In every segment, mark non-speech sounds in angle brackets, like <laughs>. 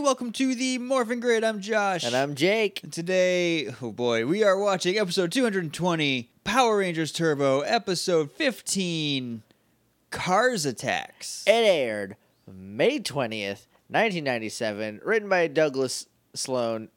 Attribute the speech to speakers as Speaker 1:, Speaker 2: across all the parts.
Speaker 1: welcome to the Morphin Grid. I'm Josh.
Speaker 2: And I'm Jake.
Speaker 1: Today, oh boy, we are watching episode 220, Power Rangers Turbo, episode 15, Cars Attacks.
Speaker 2: It aired May 20th, 1997, written by Douglas Sloan,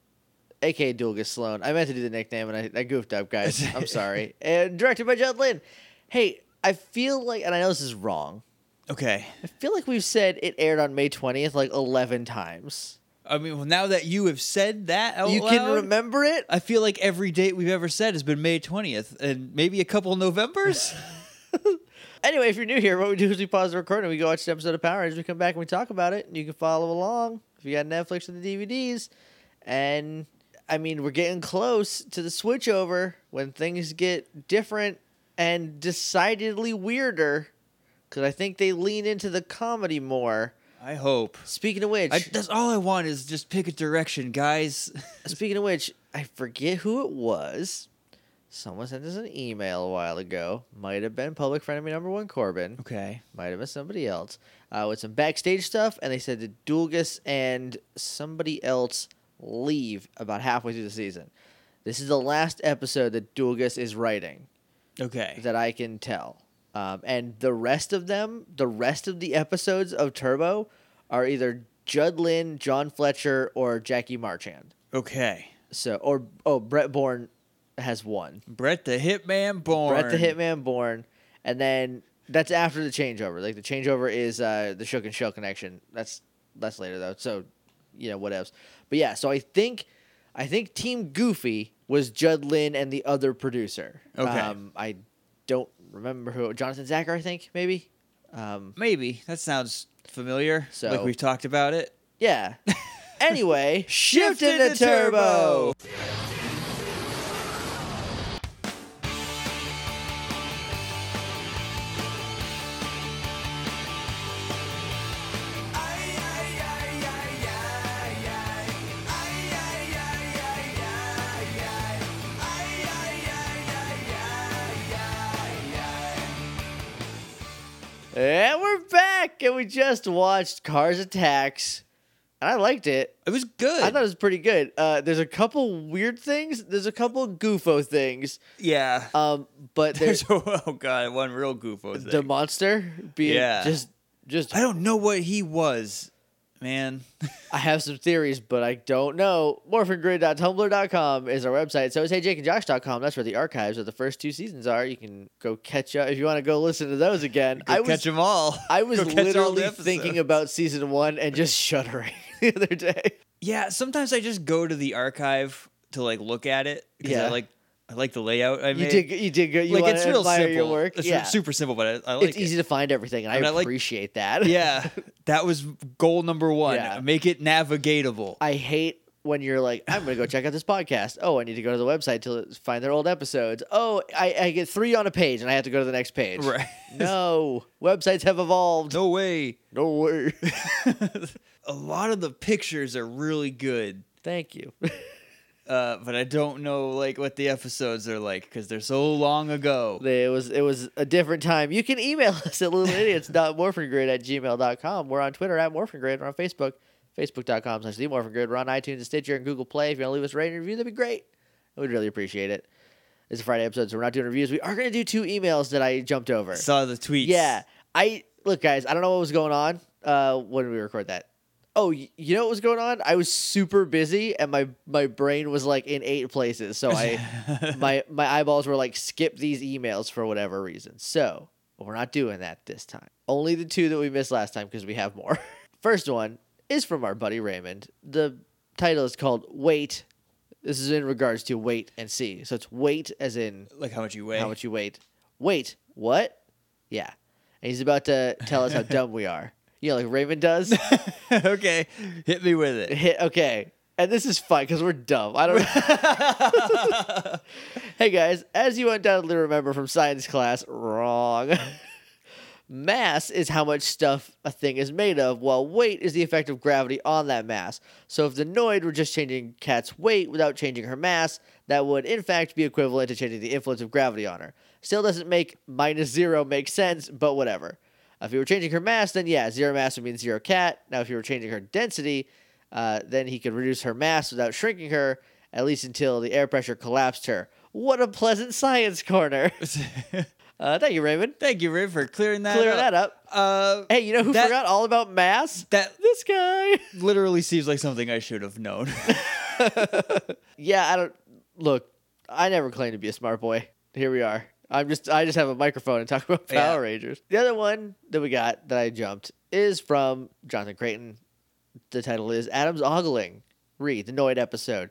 Speaker 2: aka Douglas Sloan. I meant to do the nickname and I, I goofed up, guys. I'm sorry. And directed by Judd Lynn. Hey, I feel like, and I know this is wrong,
Speaker 1: Okay.
Speaker 2: I feel like we've said it aired on May 20th like 11 times.
Speaker 1: I mean, well, now that you have said that out
Speaker 2: you can
Speaker 1: loud,
Speaker 2: remember it?
Speaker 1: I feel like every date we've ever said has been May 20th and maybe a couple
Speaker 2: <laughs>
Speaker 1: Novembers.
Speaker 2: Anyway, if you're new here, what we do is we pause the recording, we go watch an episode of Power Rangers, we come back and we talk about it, and you can follow along if you got Netflix or the DVDs. And I mean, we're getting close to the switchover when things get different and decidedly weirder because I think they lean into the comedy more.
Speaker 1: I hope.
Speaker 2: Speaking of which,
Speaker 1: I, that's all I want is just pick a direction, guys.
Speaker 2: <laughs>
Speaker 1: <laughs>
Speaker 2: Speaking of which, I forget who it was. Someone sent us an email a while ago. Might have been public enemy number one Corbin.
Speaker 1: okay.
Speaker 2: Might have been somebody else. Uh, with some backstage stuff, and they said that Dulgus and somebody else leave about halfway through the season. This is the last episode that Dulgus is writing
Speaker 1: Okay.
Speaker 2: that I can tell. Um, and the rest of them, the rest of the episodes of Turbo, are either Judd Lynn, John Fletcher, or Jackie Marchand.
Speaker 1: Okay.
Speaker 2: So or oh Brett Bourne has one.
Speaker 1: Brett the Hitman Born.
Speaker 2: Brett the Hitman Bourne, and then that's after the changeover. Like the changeover is uh, the Shook and Shell connection. That's that's later though. So you know what else? But yeah, so I think I think Team Goofy was Judd Lynn and the other producer.
Speaker 1: Okay.
Speaker 2: Um, I don't remember who Jonathan Zacher. I think maybe. Um,
Speaker 1: Maybe. That sounds familiar.
Speaker 2: So-
Speaker 1: like we've talked about it. <laughs>
Speaker 2: yeah. anyway, shift
Speaker 1: Shifted
Speaker 2: into
Speaker 1: to
Speaker 2: turbo. And we're back, and we just watched Cars Attacks, and I liked it.
Speaker 1: It was good.
Speaker 2: I thought it was pretty good. Uh, there's a couple weird things. There's a couple goofo things.
Speaker 1: <laughs> yeah.
Speaker 2: Um, but
Speaker 1: There's
Speaker 2: there's
Speaker 1: oh god, one real goofo thing.
Speaker 2: the monster being
Speaker 1: Yeah.
Speaker 2: just just.
Speaker 1: I don't know what he was, man.
Speaker 2: I have some theories, but I don't know. Morphingrid.tumblr.com is our website. So it's heyjakeandjosh.com. That's where the archives of the first two seasons are. You can go catch up if you want to go listen to those again.
Speaker 1: Go
Speaker 2: I
Speaker 1: catch
Speaker 2: was
Speaker 1: them all.
Speaker 2: I was
Speaker 1: Go catch all the
Speaker 2: literally
Speaker 1: episodes.
Speaker 2: thinking about season one and just shuddering <laughs> the other day.
Speaker 1: Yeah, sometimes I just go to the archive to like look at it because
Speaker 2: Yeah.
Speaker 1: I like I like the layout. I
Speaker 2: You
Speaker 1: made.
Speaker 2: did, go- you did good. You
Speaker 1: like
Speaker 2: want
Speaker 1: it's
Speaker 2: to
Speaker 1: real
Speaker 2: admire
Speaker 1: simple.
Speaker 2: your work.
Speaker 1: It's
Speaker 2: yeah,
Speaker 1: super simple, but I, I like
Speaker 2: it's
Speaker 1: it.
Speaker 2: easy to find everything, and I,
Speaker 1: I mean, I like-
Speaker 2: appreciate that.
Speaker 1: Yeah, that was goal number one.
Speaker 2: Yeah.
Speaker 1: Make it navigatable.
Speaker 2: I hate when you're like, I'm gonna go check out this podcast. Oh, I need to go to the website to find their old episodes. Oh, I, I get three on a page and I have to go to the next page.
Speaker 1: Right. <laughs>
Speaker 2: <laughs> No, websites have evolved.
Speaker 1: no way.
Speaker 2: No way.
Speaker 1: a lot of the pictures are really good,
Speaker 2: <laughs> Thank you.
Speaker 1: uh, but I don't know like what the episodes are like because they're so long ago.
Speaker 2: It was it was a different time. You can email us at littleidiots.morphingrid at gmail.com. We're on Twitter at morphingrid. We're on Facebook, facebook.com slash the morphingrid. We're on iTunes and Stitcher and Google Play. If you want to leave us a rating and review, that'd be great. We'd really appreciate it. It's a Friday episode, so we're not doing reviews. We are going to do two emails that I jumped over.
Speaker 1: Saw the tweets.
Speaker 2: Yeah. I look, guys. I don't know what was going on uh, when we record that. Oh, y- you know what was going on? I was super busy, and my my brain was like in eight places. So I my my eyeballs were like, skip these emails for whatever reason. So we're not doing that this time. Only the two that we missed last time because we have more. <laughs> First one is from our buddy Raymond. The title is called "Wait." This is in regards to wait and see. So it's wait as in
Speaker 1: like how much you weigh.
Speaker 2: how much you wait. Wait, what? Yeah. And he's about to tell us how dumb we are. You know, like Raymond does.
Speaker 1: <laughs> okay, hit me with it. <laughs>
Speaker 2: Hit okay. And this is fun because we're dumb. I don't <laughs> hey guys, as you undoubtedly remember from science class, wrong. <laughs> mass is how much stuff a thing is made of, while weight is the effect of gravity on that mass. So if the noid were just changing Kat's weight without changing her mass, that would in fact be equivalent to changing the influence of gravity on her. Still doesn't make minus zero make sense, but whatever. If you were changing her mass, then yeah, zero mass would mean zero cat. Now, if you were changing her density, Uh, then he could reduce her mass without shrinking her, at least until the air pressure collapsed her. What a pleasant science corner. <laughs> Uh, thank you, Raymond.
Speaker 1: Thank you, Riv, for clearing that
Speaker 2: Clear
Speaker 1: up.
Speaker 2: that up.
Speaker 1: Uh,
Speaker 2: Hey, you know who
Speaker 1: That-
Speaker 2: forgot all about mass?
Speaker 1: that
Speaker 2: This guy.
Speaker 1: literally seems like something I should have known. <laughs>
Speaker 2: yeah, I don't look. I never claimed to be a smart boy. Here we are. I'm just I just have a microphone and talk about
Speaker 1: Yeah.
Speaker 2: Power Rangers. The other one that we got that I jumped is from Jonathan Creighton. The title is Adam's ogling. Read the Noid episode.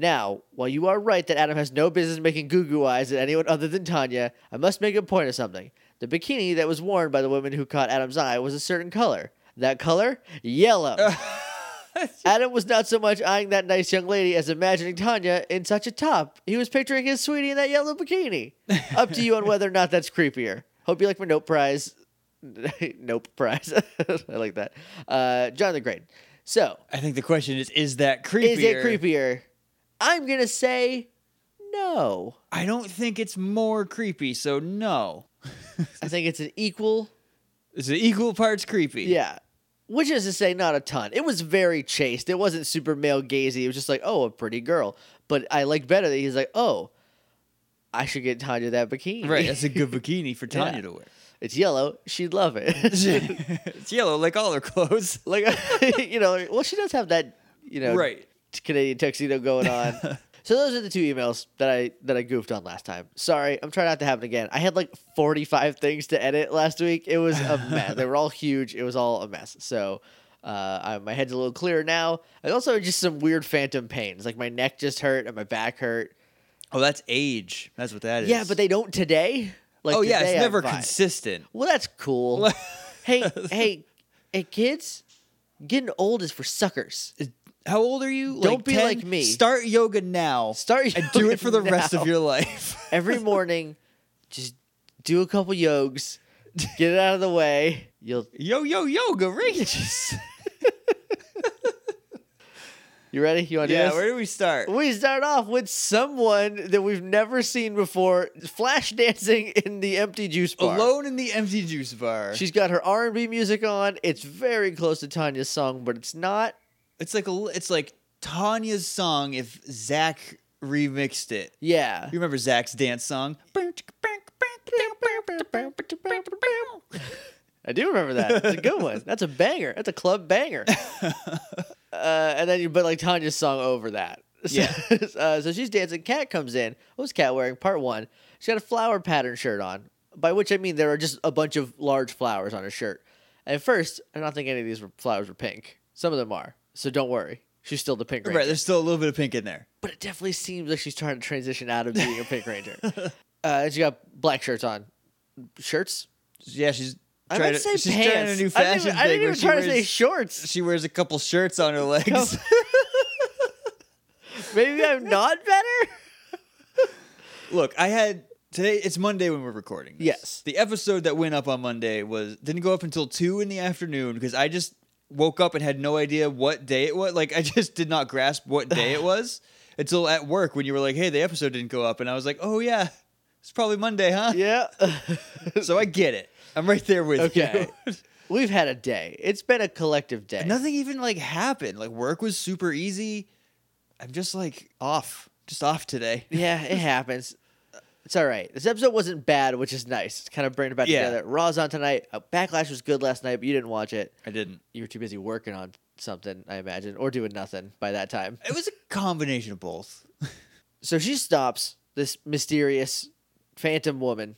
Speaker 2: Now, while you are right that Adam has no business making goo goo eyes at anyone other than Tanya, I must make a point of something. The bikini that was worn by the woman who caught Adam's eye was a certain color. That color? Yellow. <laughs> Adam was not so much eyeing that nice young lady as imagining Tanya in such a top. He was picturing his sweetie in that yellow bikini. Up to you on whether or not that's creepier. Hope you like my nope prize. <laughs> nope prize. <laughs> I like that. Uh, John the Great. So,
Speaker 1: I think the question is: Is that creepier?
Speaker 2: is it creepier? I'm going to say no.
Speaker 1: I don't think it's more creepy, so no.
Speaker 2: I think it's an equal.
Speaker 1: It's equal parts creepy.
Speaker 2: Yeah. Which is to say, not a ton. It was very chaste. It wasn't super male gazy. It was just like, oh, a pretty girl. But I like better that he's like, oh, I should get Tanya that bikini.
Speaker 1: right. That's a good bikini for Tanya
Speaker 2: Yeah.
Speaker 1: to wear.
Speaker 2: <laughs> it's yellow. She'd
Speaker 1: <laughs>
Speaker 2: love it.
Speaker 1: it's yellow, like all her clothes. <laughs>
Speaker 2: like, <laughs> you know, well, she does have that, you know,
Speaker 1: Right.
Speaker 2: t- Canadian tuxedo going on.
Speaker 1: <laughs>
Speaker 2: so those are the two emails that I that I goofed on last time. Sorry, I'm trying not to happen again. I had like 45 things to edit last week. It was a mess. they were all huge. It was all a mess. So uh, I, my head's a little clearer now. And also just some weird phantom pains. Like my neck just hurt and my back hurt.
Speaker 1: Oh, that's age. That's what that is.
Speaker 2: Yeah, but they don't today. Like
Speaker 1: oh yeah, it's
Speaker 2: today I'm
Speaker 1: never
Speaker 2: fine.
Speaker 1: consistent.
Speaker 2: Well, that's cool. hey, hey, hey, kids. Getting old is for suckers.
Speaker 1: <laughs> How old are you?
Speaker 2: Don't be like me.
Speaker 1: Start yoga now.
Speaker 2: Start
Speaker 1: and do it for the
Speaker 2: yoga
Speaker 1: rest
Speaker 2: now. <laughs>
Speaker 1: of your life. <laughs>
Speaker 2: every morning, just do a couple yogs, get it out of the way. You'll
Speaker 1: yo yo yoga
Speaker 2: <laughs>
Speaker 1: ranges.
Speaker 2: you ready? You want to
Speaker 1: yeah,
Speaker 2: do
Speaker 1: where
Speaker 2: this?
Speaker 1: do we start?
Speaker 2: We start off with someone that we've never seen before, flash dancing in the empty juice bar.
Speaker 1: Alone in the empty juice bar.
Speaker 2: She's got her R and B music on. It's very close to Tanya's song, but it's not.
Speaker 1: it's like a, l- it's like Tanya's song if Zach remixed it.
Speaker 2: Yeah,
Speaker 1: You remember Zach's dance song?
Speaker 2: I do remember that. It's a good
Speaker 1: <laughs>
Speaker 2: one. That's a banger. That's a club banger. uh, and then you put like Tanya's song over that. <laughs> So,
Speaker 1: Yeah.
Speaker 2: uh, so she's dancing. Cat comes in. What was Cat wearing? Part one. She got a flower pattern shirt on, by which I mean there are just a bunch of large flowers on her shirt. And at first, I don't think any of these were, flowers were pink. Some of them are. So don't worry. She's still the pink ranger.
Speaker 1: Right, there's still a little bit of pink in there.
Speaker 2: But it definitely seems like she's trying to transition out of being a pink ranger.
Speaker 1: <laughs>
Speaker 2: Uh, and she got black shirts on. Shirts?
Speaker 1: Yeah, she's
Speaker 2: I
Speaker 1: trying
Speaker 2: would
Speaker 1: to,
Speaker 2: say
Speaker 1: she's
Speaker 2: pants.
Speaker 1: trying a new fashion
Speaker 2: I didn't even,
Speaker 1: thing
Speaker 2: I didn't
Speaker 1: where
Speaker 2: even
Speaker 1: she
Speaker 2: try to
Speaker 1: wears,
Speaker 2: say shorts.
Speaker 1: she wears a couple shirts on her legs.
Speaker 2: Maybe I'm not better.
Speaker 1: <laughs> Look, I had today. It's Monday when we're recording. this.
Speaker 2: Yes.
Speaker 1: the episode that went up on Monday was didn't go up until two in the afternoon because I just woke up and had no idea what day it was. Like I <laughs> just did not grasp what day
Speaker 2: <sighs>
Speaker 1: it was until at work when you were like, "Hey, the episode didn't go up," and I was like, "Oh yeah, it's probably Monday,
Speaker 2: <laughs>
Speaker 1: huh?"
Speaker 2: Yeah.
Speaker 1: So I get it. I'm right there with
Speaker 2: Okay.
Speaker 1: you. <laughs>
Speaker 2: We've had a day. It's been a collective day.
Speaker 1: Nothing even like happened. Like work was super easy. I'm just like off, just off today.
Speaker 2: Yeah, it happens. It's all right. This episode wasn't bad, which is nice. It's kind of bringing it back
Speaker 1: Yeah.
Speaker 2: together. Raw's on tonight. Uh, Backlash was good last night, but you didn't watch it.
Speaker 1: <laughs> I didn't.
Speaker 2: You were too busy working on something, I imagine, or doing nothing by that time.
Speaker 1: It was a combination of both.
Speaker 2: So she stops. This mysterious phantom woman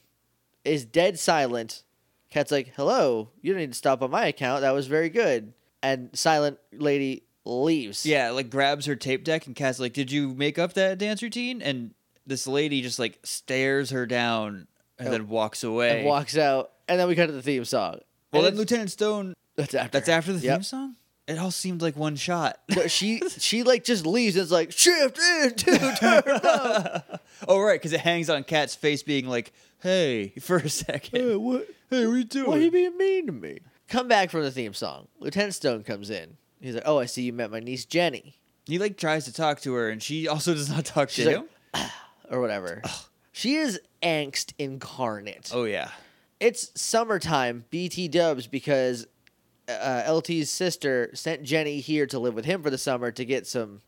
Speaker 2: is dead silent. Cat's like, "Hello, you don't need to stop on my account. That was very good." And silent lady leaves.
Speaker 1: Yeah, like grabs her tape deck and Cat's like, "Did you make up that dance routine?" And this lady just like stares her down and
Speaker 2: Oh.
Speaker 1: then walks away.
Speaker 2: and walks out. And then we cut to the theme song.
Speaker 1: well, then
Speaker 2: And it's-
Speaker 1: Lieutenant Stone.
Speaker 2: that's after.
Speaker 1: That's after the
Speaker 2: Yep.
Speaker 1: theme song. It all seemed like one shot. <laughs>
Speaker 2: <laughs> No, she she like just leaves. And it's like shift
Speaker 1: <laughs>
Speaker 2: in to turn up.
Speaker 1: oh right, because it hangs on Cat's face, being like, "Hey," <laughs> for a second.
Speaker 2: what?
Speaker 1: Hey, what are you
Speaker 2: Why are
Speaker 1: doing?
Speaker 2: you being mean to me? Come back from the theme song. Lieutenant Stone comes in. He's like, "Oh, I see you met my niece Jenny."
Speaker 1: He like tries to talk to her, and she also does not talk
Speaker 2: She's
Speaker 1: to
Speaker 2: like,
Speaker 1: him.
Speaker 2: or whatever. She is angst incarnate.
Speaker 1: Oh yeah,
Speaker 2: It's summertime, BT dubs, because uh, LT's sister sent Jenny here to live with him for the summer to get some.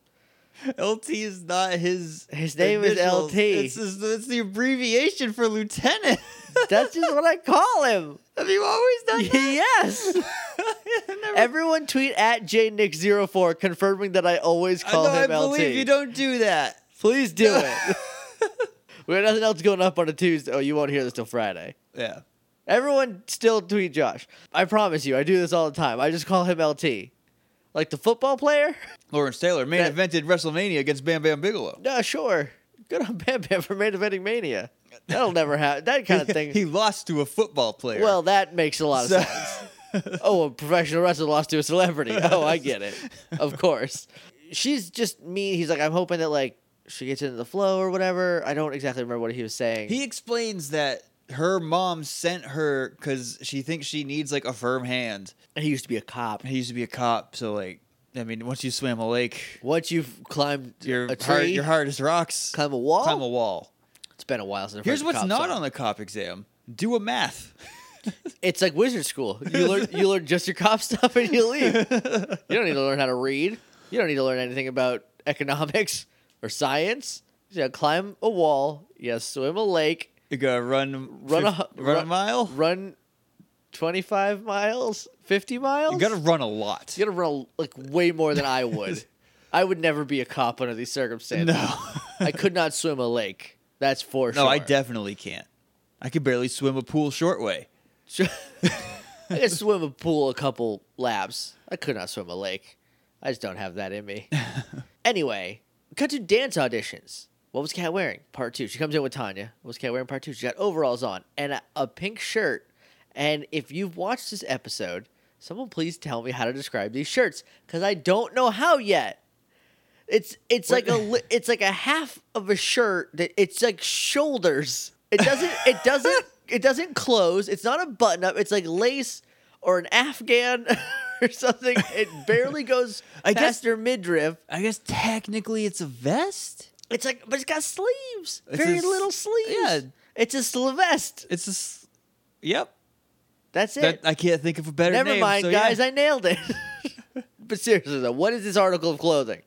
Speaker 1: LT is not his.
Speaker 2: His name is
Speaker 1: initials.
Speaker 2: LT.
Speaker 1: It's, <laughs> his- it's the abbreviation for
Speaker 2: <laughs>
Speaker 1: lieutenant. <laughs>
Speaker 2: That's just what I call him.
Speaker 1: Have you always done that?
Speaker 2: <laughs> yes.
Speaker 1: I <laughs> never-
Speaker 2: Everyone tweet at jnick04 confirming that I always
Speaker 1: I
Speaker 2: call
Speaker 1: know, I
Speaker 2: him LT.
Speaker 1: believe you don't do that.
Speaker 2: Please <laughs> do it. we have nothing else going up on a Tuesday. Oh, you won't hear this till Friday.
Speaker 1: <laughs> yeah.
Speaker 2: Everyone still tweet Josh. I promise you, I do this all the time. I just call him LT. Like the football player? <laughs>
Speaker 1: Lawrence Taylor main
Speaker 2: That-
Speaker 1: evented WrestleMania against Bam Bam
Speaker 2: <laughs>
Speaker 1: Bigelow.
Speaker 2: No, sure. Good on <laughs> Bam Bam for main eventing mania. That'll never happen.
Speaker 1: <laughs>
Speaker 2: That kind of thing.
Speaker 1: he lost to a football player.
Speaker 2: well, that makes a lot of
Speaker 1: So-
Speaker 2: sense. oh, a professional wrestler lost to a celebrity. Oh, I get it. Of course. She's just mean. He's like, I'm hoping that like she gets into the flow or whatever. I don't exactly remember what he was saying.
Speaker 1: <laughs> He explains that her mom sent her because she thinks she needs like a firm hand.
Speaker 2: And he used to be a cop.
Speaker 1: He used to be a cop, so like, I mean, once you swim a lake,
Speaker 2: Once you've climbed
Speaker 1: your
Speaker 2: a
Speaker 1: heart,
Speaker 2: tree,
Speaker 1: your heart is rocks.
Speaker 2: climb a wall.
Speaker 1: Climb a wall.
Speaker 2: it's been a while since. I've
Speaker 1: Here's
Speaker 2: heard
Speaker 1: what's
Speaker 2: cops
Speaker 1: not
Speaker 2: song.
Speaker 1: on the cop exam: do a <laughs> math.
Speaker 2: It's like wizard school. You learn you learn just your cop <laughs> stuff and you leave. you don't need to learn how to read. You don't need to learn anything about <laughs> economics or science. You gotta climb a wall. You gotta swim a lake.
Speaker 1: You gotta run,
Speaker 2: Run a
Speaker 1: fif-
Speaker 2: hu-
Speaker 1: run a
Speaker 2: run-
Speaker 1: mile.
Speaker 2: Run twenty five miles, fifty miles.
Speaker 1: You gotta run a lot.
Speaker 2: You gotta run like way more than
Speaker 1: <laughs>
Speaker 2: I would. I would never be a cop under these circumstances.
Speaker 1: No, <laughs>
Speaker 2: I could not swim a lake. That's for sure.
Speaker 1: no, I definitely can't. I could barely swim a pool short way.
Speaker 2: Sure. <laughs> I could swim a pool a couple laps. I could not swim a lake. I just don't have that in me. anyway, cut to dance auditions. What was Kat wearing? Part two. She comes in with Tanya. What was Kat wearing? Part two. She got overalls on and a, a pink shirt. And if you've watched this episode, someone please tell me how to describe these shirts because I don't know how yet. It's it's
Speaker 1: What-
Speaker 2: like a li- it's like a half of a shirt that it's like shoulders. It doesn't it doesn't it doesn't close. It's not a button up. It's like lace or an afghan <laughs> or something. It barely goes
Speaker 1: I
Speaker 2: I
Speaker 1: guess-
Speaker 2: past her midriff.
Speaker 1: I guess technically it's a vest.
Speaker 2: It's like, but it's got sleeves.
Speaker 1: It's
Speaker 2: very
Speaker 1: a s-
Speaker 2: little sleeves.
Speaker 1: yeah.
Speaker 2: It's a Sylvester.
Speaker 1: It's a. s- Yep.
Speaker 2: That's it.
Speaker 1: That, I can't think of a better
Speaker 2: Never
Speaker 1: name.
Speaker 2: mind,
Speaker 1: so yeah.
Speaker 2: guys. I
Speaker 1: <laughs>
Speaker 2: nailed it. but seriously, though, what is this article
Speaker 1: <laughs>
Speaker 2: of clothing?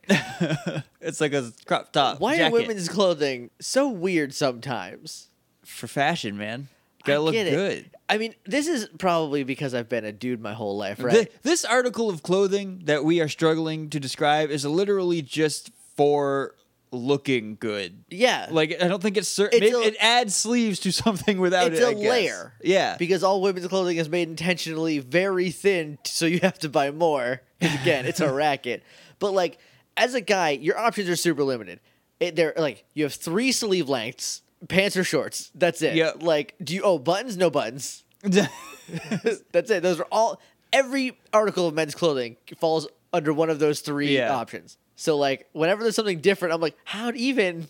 Speaker 1: it's like a crop top.
Speaker 2: Why
Speaker 1: jacket.
Speaker 2: are women's clothing so weird sometimes?
Speaker 1: for fashion, man?
Speaker 2: I
Speaker 1: Gotta look
Speaker 2: get it.
Speaker 1: good.
Speaker 2: I mean, this is probably because I've been a dude my whole life,
Speaker 1: Th-
Speaker 2: right?
Speaker 1: this article of clothing that we are struggling to describe is literally just for looking good.
Speaker 2: yeah.
Speaker 1: Like I don't think it's certain.
Speaker 2: It's
Speaker 1: Maybe
Speaker 2: a-
Speaker 1: it adds sleeves to <laughs> something without
Speaker 2: It's
Speaker 1: it.
Speaker 2: a
Speaker 1: I guess.
Speaker 2: layer.
Speaker 1: Yeah.
Speaker 2: because all women's clothing is made intentionally very thin, t- so you have to buy more. 'Cause Again, it's a racket. But like, as a guy, your options are super limited. It, they're like you have three sleeve lengths, pants or shorts. That's it.
Speaker 1: Yeah.
Speaker 2: Like, do you? Oh, buttons? No buttons. That's it. Those are all. Every article of men's clothing falls under one of those three
Speaker 1: Yeah.
Speaker 2: options. So like, whenever there's something different, I'm like, how'd even?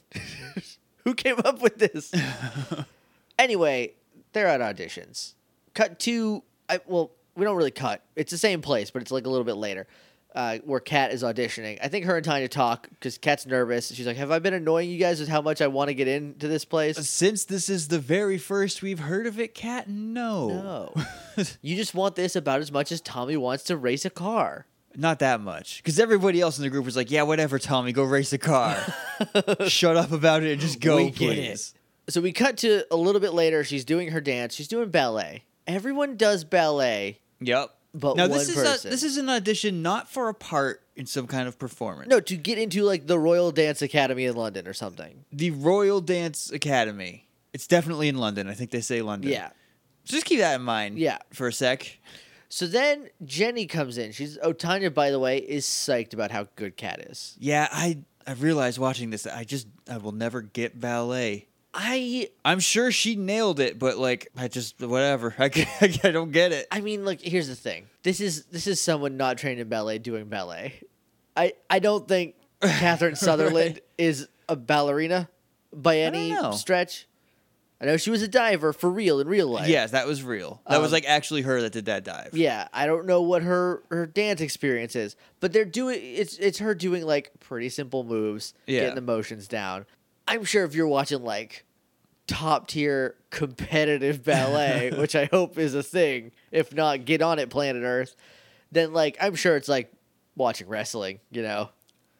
Speaker 2: <laughs> Who came up with this? anyway, they're at auditions. Cut to I, well, we don't really cut. It's the same place, but it's like a little bit later, uh, where Kat is auditioning. I think her and Tanya talk because Kat's nervous. She's like, "Have I been annoying you guys with how much I want to get into this place?"
Speaker 1: <laughs> Since this is the very first we've heard of it, Cat, no,
Speaker 2: No, <laughs> you just want this about as much as Tommy wants to race a car.
Speaker 1: not that much. Because everybody else in the group was like, "Yeah, whatever, Tommy, go race a
Speaker 2: <laughs>
Speaker 1: car. Shut up about it and just go,
Speaker 2: We get it.
Speaker 1: please."
Speaker 2: So we cut to a little bit later. She's doing her dance. She's doing ballet. Everyone does ballet.
Speaker 1: Yep.
Speaker 2: But
Speaker 1: now
Speaker 2: one
Speaker 1: this is
Speaker 2: person.
Speaker 1: A, this is an audition not for a part in some kind of performance.
Speaker 2: No, to get into like the Royal Dance Academy in London or something.
Speaker 1: the Royal Dance Academy. It's definitely in London. I think they say London.
Speaker 2: Yeah.
Speaker 1: So just keep that in mind.
Speaker 2: Yeah.
Speaker 1: For a sec.
Speaker 2: So then Jenny comes in. She's oh Tanya, by the way, is psyched about how good Kat is.
Speaker 1: Yeah, I I realized watching this that I just I will never get ballet.
Speaker 2: I
Speaker 1: I'm sure she nailed it, but like I just whatever. <laughs> I, g- I don't get it.
Speaker 2: I mean, like, here's the thing. This is this is someone not trained in ballet doing ballet. I I
Speaker 1: <laughs>
Speaker 2: don't think Catherine Sutherland is a ballerina by
Speaker 1: don't
Speaker 2: any
Speaker 1: know.
Speaker 2: stretch. I know she was a diver for real in real life.
Speaker 1: yes, that was real. That was
Speaker 2: Um,
Speaker 1: like actually her that did that dive.
Speaker 2: Yeah, I don't know what her her dance experience is, but they're doing it's it's her doing like pretty simple moves,
Speaker 1: Yeah.
Speaker 2: getting the motions down. I'm sure if you're watching like top tier <laughs>
Speaker 1: <laughs>
Speaker 2: competitive ballet, which I hope is a thing, if not get on it planet Earth, then like I'm sure it's like watching wrestling, you know,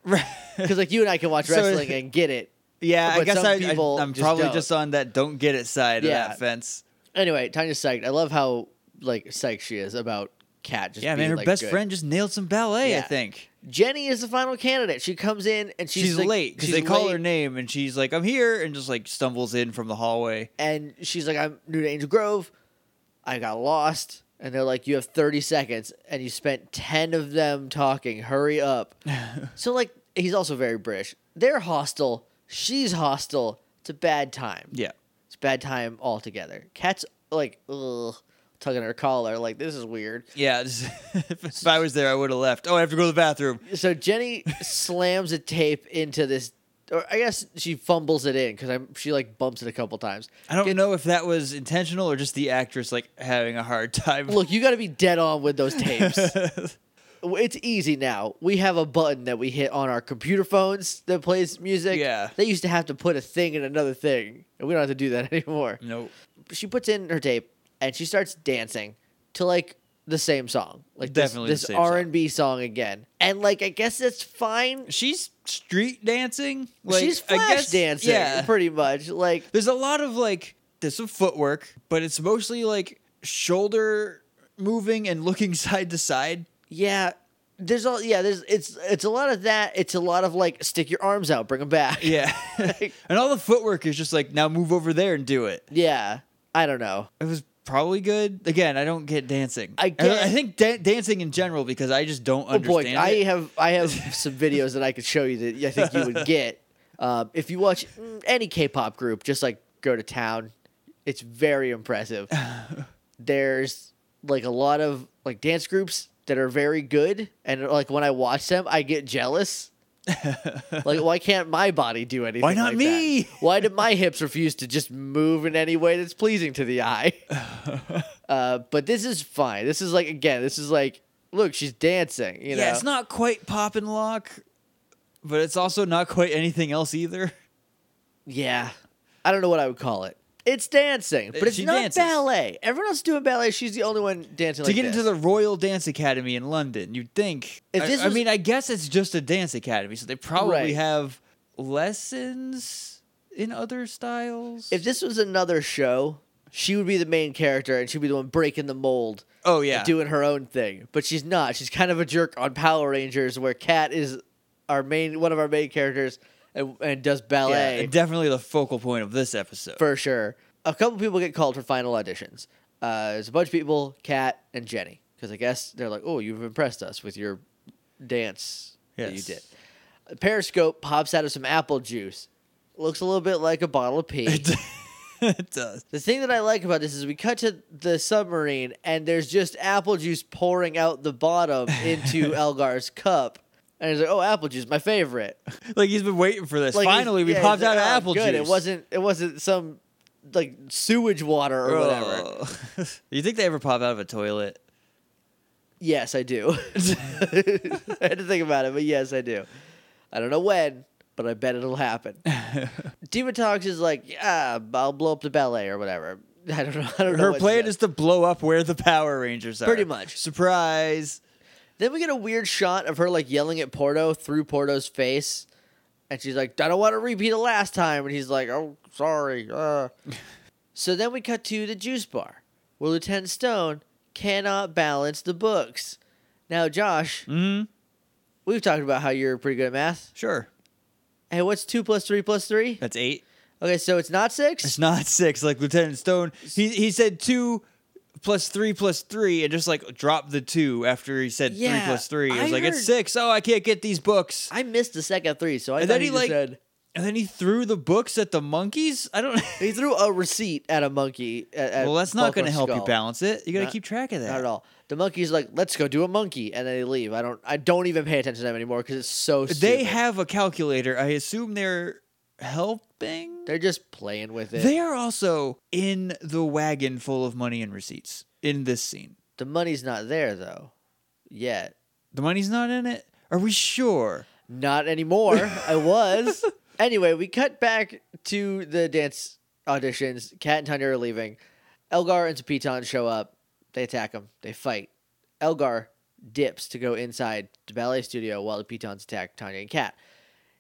Speaker 1: Right.
Speaker 2: because like you and I can
Speaker 1: <laughs>
Speaker 2: watch
Speaker 1: So-
Speaker 2: wrestling and get it.
Speaker 1: <laughs> yeah, I
Speaker 2: But
Speaker 1: guess
Speaker 2: some
Speaker 1: I,
Speaker 2: people
Speaker 1: I, am
Speaker 2: just
Speaker 1: probably
Speaker 2: don't.
Speaker 1: just on that don't get it side of
Speaker 2: Yeah.
Speaker 1: that fence.
Speaker 2: Anyway, Tanya's psyched. I love how like psyched she is about Cat. Just
Speaker 1: yeah, man,
Speaker 2: being,
Speaker 1: her
Speaker 2: like,
Speaker 1: best
Speaker 2: good.
Speaker 1: friend just nailed some ballet, I
Speaker 2: Yeah.
Speaker 1: think.
Speaker 2: Jenny is the final candidate. She comes in and she's,
Speaker 1: She's,
Speaker 2: like-
Speaker 1: late because
Speaker 2: she's
Speaker 1: they call
Speaker 2: late,
Speaker 1: her name and she's like, I'm here, and just like stumbles in from the hallway.
Speaker 2: and she's like, "I'm new to Angel Grove. I got lost." And they're like, "You have 30 seconds, and you spent 10 of them talking.
Speaker 1: <laughs>
Speaker 2: Hurry up!" so like, he's also very British. They're hostile. She's hostile. It's a bad time.
Speaker 1: Yeah.
Speaker 2: It's a bad time altogether. Cat's like, ugh, tugging her collar, like this is weird.
Speaker 1: Yeah. <laughs> just- if I was there, I would have left. Oh, I have to go to the bathroom.
Speaker 2: So Jenny slams a tape into this, or I guess she fumbles it in because I'm she like bumps it a couple times.
Speaker 1: I don't
Speaker 2: Get-
Speaker 1: know if that was intentional or just the actress like having a hard time. <laughs>
Speaker 2: Look, you got to be dead on with those tapes. it's easy now. We have a button that we hit on our computer phones that plays music.
Speaker 1: Yeah.
Speaker 2: They used to have to put a thing in another thing, and we don't have to do that <laughs> anymore.
Speaker 1: nope.
Speaker 2: She puts in her tape and she starts dancing to like the same song, like this-
Speaker 1: Definitely the
Speaker 2: this,
Speaker 1: same song.
Speaker 2: R and B song again. And like, I guess that's fine.
Speaker 1: She's street dancing.
Speaker 2: She's
Speaker 1: I
Speaker 2: flash
Speaker 1: guess-
Speaker 2: dancing,
Speaker 1: Yeah.
Speaker 2: pretty much. Like,
Speaker 1: There's a lot of like there's some footwork, but it's mostly like shoulder moving and looking <laughs> side to side.
Speaker 2: yeah. There's all yeah. There's it's it's a lot of that. It's a lot of like stick your arms out, bring them back.
Speaker 1: Yeah. <laughs> and all the footwork is just like now move over there and do it.
Speaker 2: <laughs> Yeah, I don't know.
Speaker 1: It was probably good. Again, I don't get dancing.
Speaker 2: I
Speaker 1: don't-
Speaker 2: get-
Speaker 1: I think da- dancing in general because I just don't
Speaker 2: Oh boy,
Speaker 1: understand.
Speaker 2: I
Speaker 1: it.
Speaker 2: have I
Speaker 1: <laughs>
Speaker 2: have some videos that I could show you that I think you would get um, if you watch mm, any K-pop group. Just like go to town, it's very
Speaker 1: <laughs>
Speaker 2: impressive. There's like a lot of like dance groups that are very good, and like when I watch them, I
Speaker 1: <laughs>
Speaker 2: get jealous. like why can't my body do anything?
Speaker 1: not
Speaker 2: like that?
Speaker 1: me?
Speaker 2: Why did my hips refuse to just move in any way that's pleasing to
Speaker 1: <laughs>
Speaker 2: the eye? uh, but this is fine. This is like again, this is like look, she's dancing. You know,
Speaker 1: yeah, it's not quite pop and lock, but it's also not quite anything else
Speaker 2: <laughs>
Speaker 1: either.
Speaker 2: Yeah. I don't know what I would call it. It's dancing, but it's
Speaker 1: Uh, She
Speaker 2: not
Speaker 1: dances.
Speaker 2: ballet. Everyone else is doing ballet. She's the only one dancing.
Speaker 1: to
Speaker 2: like
Speaker 1: get
Speaker 2: this.
Speaker 1: into the Royal Dance Academy in London, you'd think.
Speaker 2: If
Speaker 1: I-
Speaker 2: this
Speaker 1: I,
Speaker 2: was-
Speaker 1: mean, I guess it's just a dance academy, so they probably
Speaker 2: Right.
Speaker 1: have lessons in other styles.
Speaker 2: if this was another show, she would be the main character and she'd be the one breaking the mold,
Speaker 1: oh
Speaker 2: and
Speaker 1: yeah,
Speaker 2: doing her own thing. But she's not. She's kind of a jerk on Power Rangers, where Kat is our main one of our main characters and, and does ballet.
Speaker 1: yeah, definitely the focal point of this episode. <laughs>
Speaker 2: for sure. A couple people get called for final auditions. Uh, there's a bunch of people, Kat and Jenny, because I guess they're like, "Oh, you've impressed us with your dance that you
Speaker 1: Yes.
Speaker 2: did." Periscope pops out of some apple juice. Looks a little bit like a bottle of pee.
Speaker 1: it does.
Speaker 2: the thing that I like about this is we cut to the submarine and there's just apple juice pouring out the bottom into Elgar's cup. And he's like, "Oh, apple juice, my favorite."
Speaker 1: Like he's been waiting for this.
Speaker 2: Like, he's-
Speaker 1: Finally, we
Speaker 2: yeah,
Speaker 1: popped
Speaker 2: he's
Speaker 1: out
Speaker 2: like,
Speaker 1: of
Speaker 2: "Oh,
Speaker 1: apple
Speaker 2: good.
Speaker 1: juice.
Speaker 2: It wasn't. It wasn't some like sewage water or whatever.
Speaker 1: whatever. <laughs> you think they ever pop out of a toilet?
Speaker 2: Yes, I do. <laughs> I had to think about it, but yes, I do. I don't know when, but I bet
Speaker 1: <laughs>
Speaker 2: it'll happen. Dematox is like, yeah, I'll blow up the ballet or whatever. I don't know. I don't know.
Speaker 1: Her
Speaker 2: what she
Speaker 1: plan
Speaker 2: does.
Speaker 1: is to blow up where the Power Rangers are.
Speaker 2: Pretty much.
Speaker 1: Surprise.
Speaker 2: Then we get a weird shot of her like yelling at Porto through Porto's face, and she's like, "I don't want to repeat it last time," and he's like, "Oh, sorry." <laughs> Uh. so then we cut to the juice bar, where Lieutenant Stone cannot balance the books. Now, Josh,
Speaker 1: hmm
Speaker 2: we've talked about how you're pretty good at math.
Speaker 1: Sure.
Speaker 2: Hey, what's two plus three plus three?
Speaker 1: That's eight.
Speaker 2: Okay, so it's not
Speaker 1: It's
Speaker 2: <laughs> six.
Speaker 1: not six, like Lieutenant Stone. He he said two plus three plus three, and just like dropped the two after he said three
Speaker 2: Yeah,
Speaker 1: plus three. It was
Speaker 2: I
Speaker 1: like it's
Speaker 2: heard-
Speaker 1: six. Oh, I can't get these books.
Speaker 2: I missed the second three, so I
Speaker 1: And
Speaker 2: thought
Speaker 1: then
Speaker 2: he,
Speaker 1: he,
Speaker 2: just
Speaker 1: like-
Speaker 2: said
Speaker 1: And then he threw the books at the monkeys. I don't. <laughs>
Speaker 2: he threw a receipt at a monkey. At, at
Speaker 1: well, that's not going to
Speaker 2: Bulkler's
Speaker 1: help you
Speaker 2: skull.
Speaker 1: balance it. You got to
Speaker 2: Not-
Speaker 1: keep track of that.
Speaker 2: Not at all. The monkey's like, "Let's go do a monkey," and then they leave. I don't. I don't even pay attention to them anymore because it's so. Stupid.
Speaker 1: They have a calculator. I assume they're helping.
Speaker 2: They're just playing with it.
Speaker 1: They are also in the wagon full of money and receipts in this scene.
Speaker 2: the money's not there though, yet.
Speaker 1: The money's not in it. Are we sure?
Speaker 2: Not anymore. I was. Anyway, we cut back to the dance auditions. Kat and Tanya are leaving. Elgar and Zapiton show up. They attack them. They fight. Elgar dips to go inside the ballet studio while the pitons attack Tanya and Kat.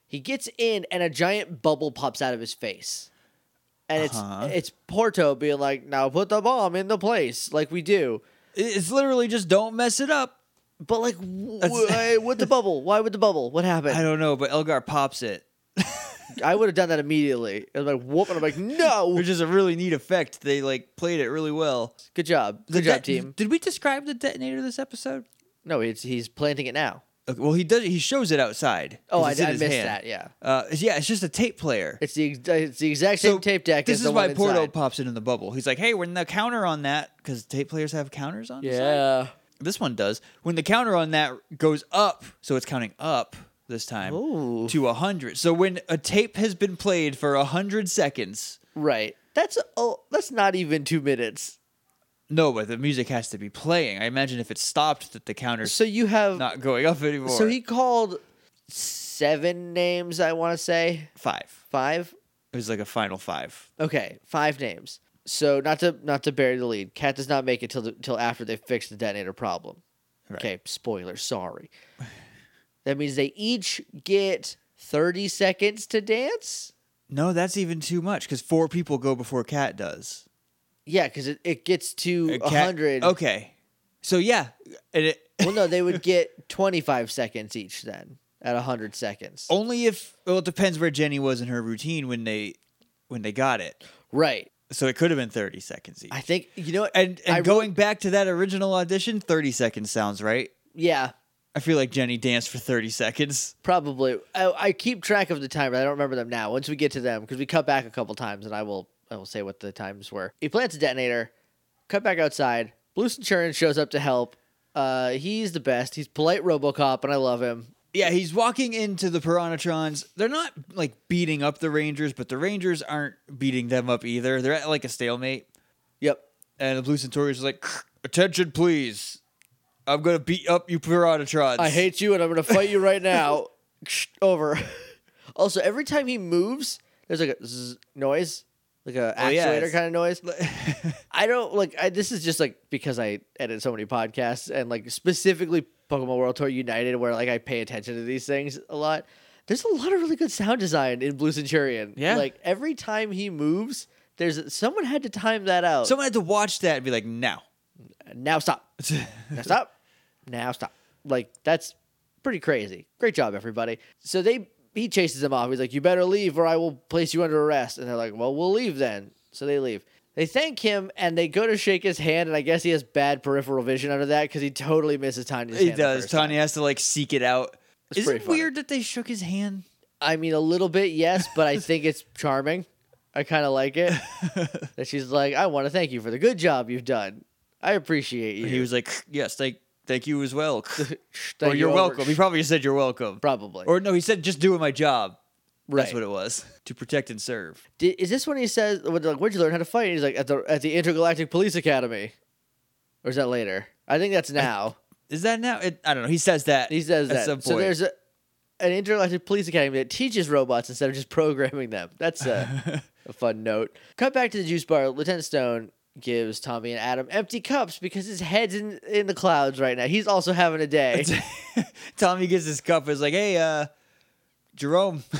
Speaker 2: He gets in, and a giant bubble pops out of his face. And it's
Speaker 1: Uh-huh.
Speaker 2: it's Porto being like, "Now put the bomb in the place, like we do."
Speaker 1: It- It's literally just don't mess it up.
Speaker 2: But like, why with the bubble? Why with the bubble? What happened?
Speaker 1: I don't know, but Elgar pops it,
Speaker 2: I would have done that immediately. I was like, whoop, and I'm like, no.
Speaker 1: <laughs> which is a really neat effect. They like played it really well.
Speaker 2: Good job.
Speaker 1: The
Speaker 2: Good job,
Speaker 1: de-
Speaker 2: team.
Speaker 1: Did we describe the detonator this episode?
Speaker 2: No, it's, he's planting it now.
Speaker 1: Okay, well, he does. He shows it outside.
Speaker 2: Oh,
Speaker 1: 'cause
Speaker 2: I, I
Speaker 1: it's in
Speaker 2: missed
Speaker 1: his hand.
Speaker 2: that. Yeah.
Speaker 1: Uh, it's- yeah, it's just a tape player.
Speaker 2: It's the, ex- it's the exact same tape deck
Speaker 1: This
Speaker 2: as
Speaker 1: is
Speaker 2: the
Speaker 1: why
Speaker 2: one
Speaker 1: Porto
Speaker 2: inside.
Speaker 1: pops it in the bubble. He's like, "Hey, when the counter on that, because tape players have counters on." the side.
Speaker 2: Yeah.
Speaker 1: this one does. When the counter on that goes up, so it's counting up this time
Speaker 2: Ooh.
Speaker 1: to a hundred. So when a tape has been played for a hundred seconds,
Speaker 2: Right. That's oh, that's not even two minutes.
Speaker 1: no, but the music has to be playing. I imagine if it stopped, that the counter's
Speaker 2: So you have
Speaker 1: not going up anymore.
Speaker 2: so he called seven names. I want to say
Speaker 1: five.
Speaker 2: five.
Speaker 1: It was like a final five.
Speaker 2: Okay, five names. So not to not to bury the lead. Cat does not make it till the, till after they fix the detonator problem.
Speaker 1: Right.
Speaker 2: Okay, spoiler. Sorry. that means they each get thirty seconds to dance.
Speaker 1: No, that's even too much because four people go before Cat does.
Speaker 2: Yeah, because it, it gets to
Speaker 1: A cat-
Speaker 2: hundred.
Speaker 1: Uh, Okay. So yeah, and it,
Speaker 2: Well, no,
Speaker 1: <laughs>
Speaker 2: they would get 25 seconds each then at 100 seconds.
Speaker 1: only if well, it depends where Jenny was in her routine when they when they got it.
Speaker 2: Right.
Speaker 1: So it could have been thirty seconds each.
Speaker 2: I think, you know what?
Speaker 1: and and
Speaker 2: I
Speaker 1: going back to that original audition, thirty seconds sounds right.
Speaker 2: yeah,
Speaker 1: I feel like Jenny danced for thirty seconds.
Speaker 2: probably. I, I keep track of the time, but I don't remember them now. Once we get to them, because we cut back a couple times, and I will I will say what the times were. He plants a detonator, cut back outside. Blue Centurion shows up to help. Uh, he's the best. He's polite Robocop, and I love him.
Speaker 1: Yeah, he's walking into the Piranatrons. They're not like beating up the Rangers, but the Rangers aren't beating them up either. They're at like a stalemate.
Speaker 2: Yep.
Speaker 1: And the Blue Centauri's like, attention, please. I'm gonna beat up you Piranatrons.
Speaker 2: I hate you, and I'm going to fight you
Speaker 1: <laughs>
Speaker 2: right now. Over. <laughs> also, every time he moves, there's like a zzz noise, like a
Speaker 1: Oh, yeah,
Speaker 2: actuator
Speaker 1: it's-
Speaker 2: kind
Speaker 1: <laughs>
Speaker 2: of noise. I don't like. I, this is just like because I edit so many podcasts and like specifically Pokemon World Tour United, where like I pay attention to these things a lot. There's a lot of really good sound design in Blue Centurion.
Speaker 1: Yeah.
Speaker 2: like every time he moves, there's someone had to time that out. So
Speaker 1: Someone had to watch that and be like, now. <laughs>
Speaker 2: now stop. Now stop. Now stop. Like that's pretty crazy. Great job, everybody. So they he chases them off. He's like, "You better leave, or I will place you under arrest." And they're like, "Well, we'll leave then." So they leave. They thank him and they go to shake his hand, and I guess he has bad peripheral vision under that because he totally misses Tanya's
Speaker 1: he
Speaker 2: hand. the
Speaker 1: does.
Speaker 2: first time.
Speaker 1: Tanya has to like seek it out.
Speaker 2: It's
Speaker 1: Is it
Speaker 2: pretty funny.
Speaker 1: weird that they shook his hand?
Speaker 2: I mean, a little bit, yes, but I think it's charming. I kind of
Speaker 1: <laughs>
Speaker 2: like it. that she's like, "I want to thank you for the good job you've done. I appreciate you."
Speaker 1: He
Speaker 2: <laughs>
Speaker 1: was like, yes, thank, thank you as well. <laughs>
Speaker 2: Thank
Speaker 1: or
Speaker 2: you
Speaker 1: you're
Speaker 2: over-
Speaker 1: welcome. He probably just said you're welcome.
Speaker 2: Probably.
Speaker 1: Or no, he said just doing my job. That's
Speaker 2: Right.
Speaker 1: what it was to protect and serve.
Speaker 2: Did, is this when he says, when they're like, "Where'd you learn how to fight?" And he's like, "At the at the Intergalactic Police Academy," or is that later? I think that's now.
Speaker 1: Is that now? It, I don't know. He says that.
Speaker 2: he says
Speaker 1: at
Speaker 2: that.
Speaker 1: Some point.
Speaker 2: So there's a, an Intergalactic Police Academy that teaches robots instead of just programming them.
Speaker 1: <laughs>
Speaker 2: That's a, a fun note. Cut back to the juice bar. Lieutenant Stone gives Tommy and Adam empty cups because his head's in in the clouds right now. He's also having
Speaker 1: <laughs>
Speaker 2: a day.
Speaker 1: Tommy gets his cup. and Is like, hey, uh, Jerome. <laughs>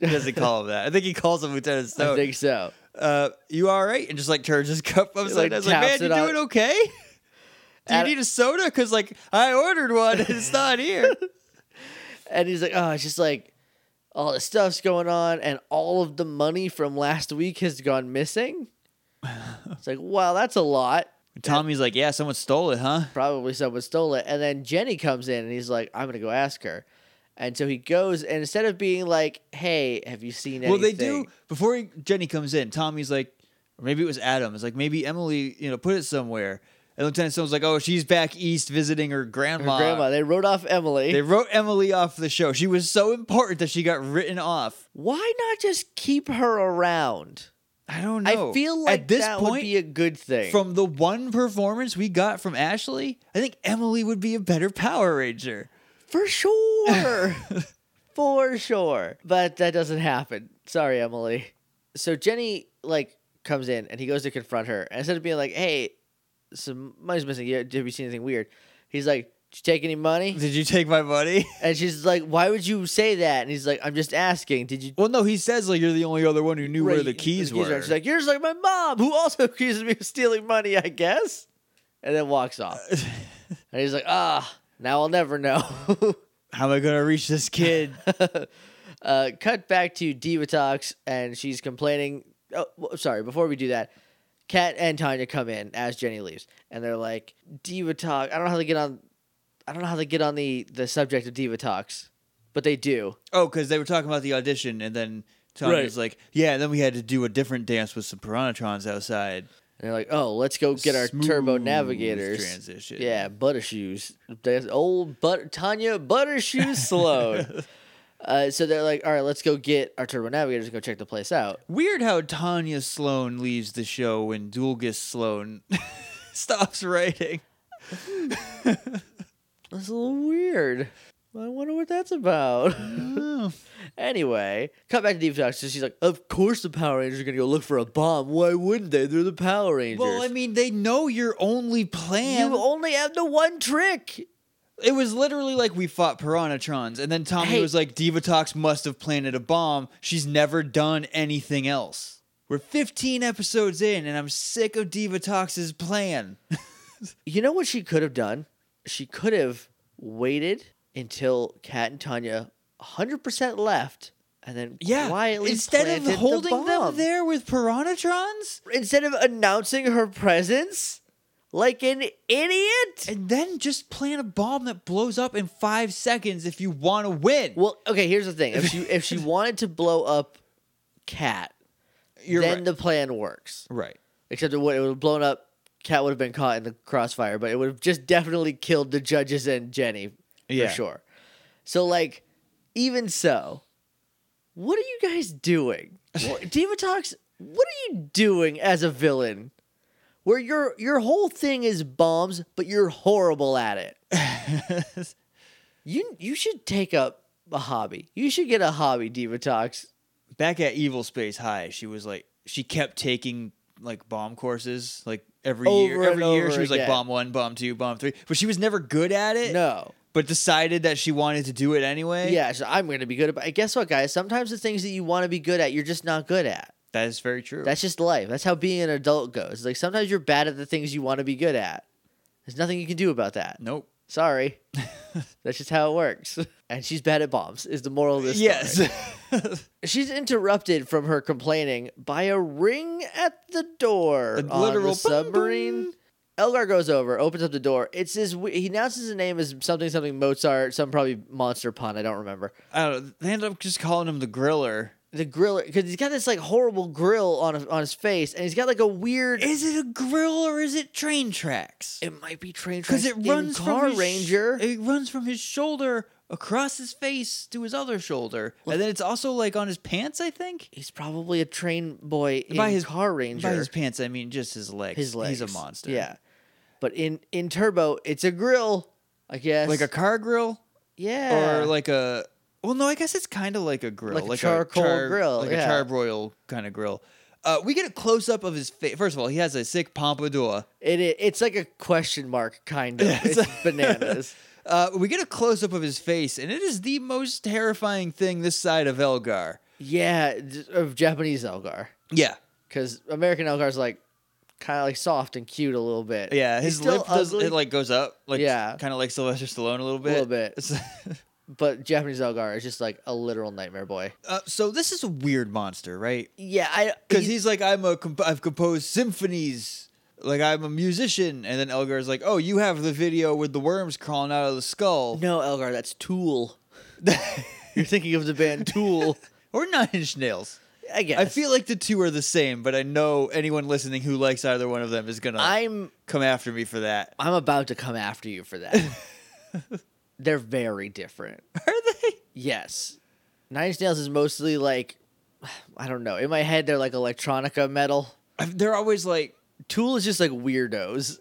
Speaker 1: he doesn't call him that. I think he calls him Lieutenant
Speaker 2: I
Speaker 1: Stone.
Speaker 2: think so.
Speaker 1: uh, you all right? And just like turns his cup upside
Speaker 2: like,
Speaker 1: down. It's like, man,
Speaker 2: taps
Speaker 1: you
Speaker 2: it up.
Speaker 1: doing okay? Do you
Speaker 2: Adam-
Speaker 1: need a soda? Because like I ordered one, and it's not
Speaker 2: <laughs>
Speaker 1: here.
Speaker 2: And he's like, oh, it's just like all this stuff's going on, and all of the money from last week has
Speaker 1: <laughs>
Speaker 2: gone missing. it's like, wow, that's a lot.
Speaker 1: Tommy's like, yeah, someone stole it, huh?
Speaker 2: Probably someone stole it. And then Jenny comes in and he's like, I'm going to go ask her. And so he goes, and instead of being like, hey, have you seen anything?
Speaker 1: Well, they do before he, Jenny comes in. Tommy's like, or maybe it was Adam. It's like maybe Emily, you know, put it somewhere. And Lieutenant Stone's like, oh, she's back east visiting her
Speaker 2: Her
Speaker 1: grandma.
Speaker 2: grandma, they wrote off Emily.
Speaker 1: They wrote Emily off the show. She was so important that she got written off.
Speaker 2: Why not just keep her around?
Speaker 1: I don't know.
Speaker 2: I feel like
Speaker 1: at this
Speaker 2: that
Speaker 1: point,
Speaker 2: would be a good thing.
Speaker 1: from the one performance we got from Ashley, I think Emily would be a better Power Ranger.
Speaker 2: For sure. <laughs> For sure. But that doesn't happen. Sorry, Emily. So Jenny like comes in and he goes to confront her. And instead of being like, hey, some money's missing. Yeah, Have you seen anything weird? He's like, Did you take any
Speaker 1: <laughs>
Speaker 2: money?
Speaker 1: Did you take my money? <laughs>
Speaker 2: And she's like, Why would you say that? And he's like, I'm just asking. Did you
Speaker 1: Well, no, he says like you're the only other one who knew where
Speaker 2: Right,
Speaker 1: the keys
Speaker 2: are.
Speaker 1: were.
Speaker 2: She's like, You're just like my mom, who also <laughs> accuses me of stealing money, I guess. And then
Speaker 1: <laughs>
Speaker 2: walks off. and he's like, Ah, now I'll never know. <laughs>
Speaker 1: How am I gonna reach this kid?
Speaker 2: uh, cut back to Diva Talks, and she's complaining. Oh, w- sorry. Before we do that, Kat and Tanya come in as Jenny leaves, and they're like, "Diva Talk." I don't know how they get on. I don't know how they get on the the subject of Diva Talks, but they do.
Speaker 1: oh, because they were talking about the audition, and then Tanya's like, "Yeah." And then we had to do a different dance with some piranatrons outside.
Speaker 2: And they're like, "Oh, let's go get our turbo
Speaker 1: Smooth
Speaker 2: navigators."
Speaker 1: Transition.
Speaker 2: Yeah, butter shoes. That's old but Tanya butter shoes
Speaker 1: <laughs>
Speaker 2: slowed. Uh, so they're like, all right, let's go get our turbo navigators and go check the place out.
Speaker 1: Weird how Tanya Sloan leaves the show when Dulgis Sloan <laughs> stops
Speaker 2: <laughs>
Speaker 1: writing.
Speaker 2: That's a little weird. I wonder what that's about. <laughs>
Speaker 1: Oh.
Speaker 2: Anyway, cut back to Deep Talk. So she's like, Of course the Power Rangers are going to go look for a bomb. Why wouldn't they? They're the Power Rangers.
Speaker 1: Well, I mean, they know your only plan.
Speaker 2: you only have the one trick.
Speaker 1: it was literally like we fought Piranatrons, and then Tommy
Speaker 2: Hey.
Speaker 1: was like, Divatox must have planted a bomb. She's never done anything else. We're 15 episodes in, and I'm sick of Divatox's plan.
Speaker 2: You know what she could have done? She could have waited until Kat and Tanya 100% left and then
Speaker 1: yeah.
Speaker 2: quietly
Speaker 1: Instead of
Speaker 2: planted the
Speaker 1: holding them
Speaker 2: bomb.
Speaker 1: there with Piranatrons,
Speaker 2: Instead of announcing her presence like an idiot.
Speaker 1: and then just plant a bomb that blows up in five seconds if you want to win.
Speaker 2: Well, okay, here's the thing. If she, if
Speaker 1: <laughs>
Speaker 2: she wanted to blow up Kat,
Speaker 1: You're
Speaker 2: then
Speaker 1: right.
Speaker 2: the plan works.
Speaker 1: right.
Speaker 2: Except it would it would have blown up. Cat would have been caught in the crossfire, but it would have just definitely killed the judges and Jenny
Speaker 1: Yeah.
Speaker 2: for sure. So like, even so, what are you guys doing?
Speaker 1: <laughs>
Speaker 2: Well, Diva Talks, what are you doing as a villain? Where your your whole thing is bombs, but you're horrible at it.
Speaker 1: <laughs>
Speaker 2: You you should take up a hobby. You should get a hobby, Diva Talks.
Speaker 1: Back at Evil Space High, she was like, she kept taking like bomb courses like every year.
Speaker 2: Over and
Speaker 1: Every year,
Speaker 2: over
Speaker 1: she was like
Speaker 2: again.
Speaker 1: bomb one, bomb two, bomb three, but she was never good at it.
Speaker 2: No.
Speaker 1: but decided that she wanted to do it anyway.
Speaker 2: Yeah, so I'm going to be good at. Guess what, guys? Sometimes the things that you want to be good at, you're just not good at.
Speaker 1: that is very true.
Speaker 2: That's just life. That's how being an adult goes. Like sometimes you're bad at the things you want to be good at. There's nothing you can do about that.
Speaker 1: nope. <laughs>
Speaker 2: Sorry. That's just how it works. <laughs> And she's bad at bombs. Is the moral of this? story.
Speaker 1: Yes. <laughs>
Speaker 2: She's interrupted from her complaining by a ring at the door
Speaker 1: A
Speaker 2: on
Speaker 1: literal
Speaker 2: the
Speaker 1: boom,
Speaker 2: submarine.
Speaker 1: boom.
Speaker 2: Elgar goes over, opens up the door. It's his. He announces his name as something something Mozart, some probably monster pun. I don't remember.
Speaker 1: I don't know. They ended up just calling him the griller.
Speaker 2: the grill because he's got this like horrible grill on on his face, and he's got like a weird.
Speaker 1: Is it a grill or is it train tracks?
Speaker 2: it might be train
Speaker 1: Because
Speaker 2: tracks.
Speaker 1: it
Speaker 2: in
Speaker 1: runs
Speaker 2: Car
Speaker 1: from his sh-
Speaker 2: Ranger.
Speaker 1: it runs from his shoulder across his face to his other shoulder, and then it's also like on his pants. I think
Speaker 2: he's probably a train boy in
Speaker 1: by his
Speaker 2: Car Ranger.
Speaker 1: by his pants. I mean just his legs.
Speaker 2: his
Speaker 1: He's
Speaker 2: legs.
Speaker 1: a monster.
Speaker 2: Yeah, but in in Turbo, it's a grill. I guess
Speaker 1: like a car grill
Speaker 2: yeah
Speaker 1: or like a. Well, no, I guess it's kind of like a grill,
Speaker 2: Like a charcoal grill,
Speaker 1: like
Speaker 2: yeah.
Speaker 1: a charbroil kind of grill. Uh, we get a close up of his face. First of all, he has a sick pompadour.
Speaker 2: it, it. It's like a question mark
Speaker 1: <laughs>
Speaker 2: kind of. it's bananas.
Speaker 1: Uh, we get a close up of his face, and it is the most terrifying thing this side of Elgar.
Speaker 2: Yeah, d- of Japanese Elgar
Speaker 1: Yeah,
Speaker 2: because American Elgar's like kind of like soft and cute a little bit.
Speaker 1: Yeah,
Speaker 2: He's
Speaker 1: his
Speaker 2: still
Speaker 1: lip does
Speaker 2: ugly.
Speaker 1: it like goes up, like
Speaker 2: Yeah.
Speaker 1: kind of like Sylvester Stallone a little bit.
Speaker 2: Little bit.
Speaker 1: It's-
Speaker 2: but Japanese Elgar is just like a literal nightmare boy.
Speaker 1: <laughs> uh, so this is a weird monster, right?
Speaker 2: Yeah, I
Speaker 1: Because he's like, I'm a, comp- I've composed symphonies, like I'm a musician, and then Elgar's like, oh, you have the video with the worms crawling out of the skull,
Speaker 2: no Elgar. That's Tool. <laughs> You're thinking of the band Tool.
Speaker 1: or Nine Inch Nails.
Speaker 2: <laughs> I guess.
Speaker 1: I feel like the two are the same, but I know anyone listening who likes either one of them is gonna
Speaker 2: I'm
Speaker 1: come after me for that.
Speaker 2: I'm about to come after you for <laughs> that. They're very different.
Speaker 1: Are they?
Speaker 2: Yes, Nine Inch Nails is mostly like <sighs> I don't know. In my head, they're like electronica metal.
Speaker 1: I- They're always like
Speaker 2: Tool is just like weirdos.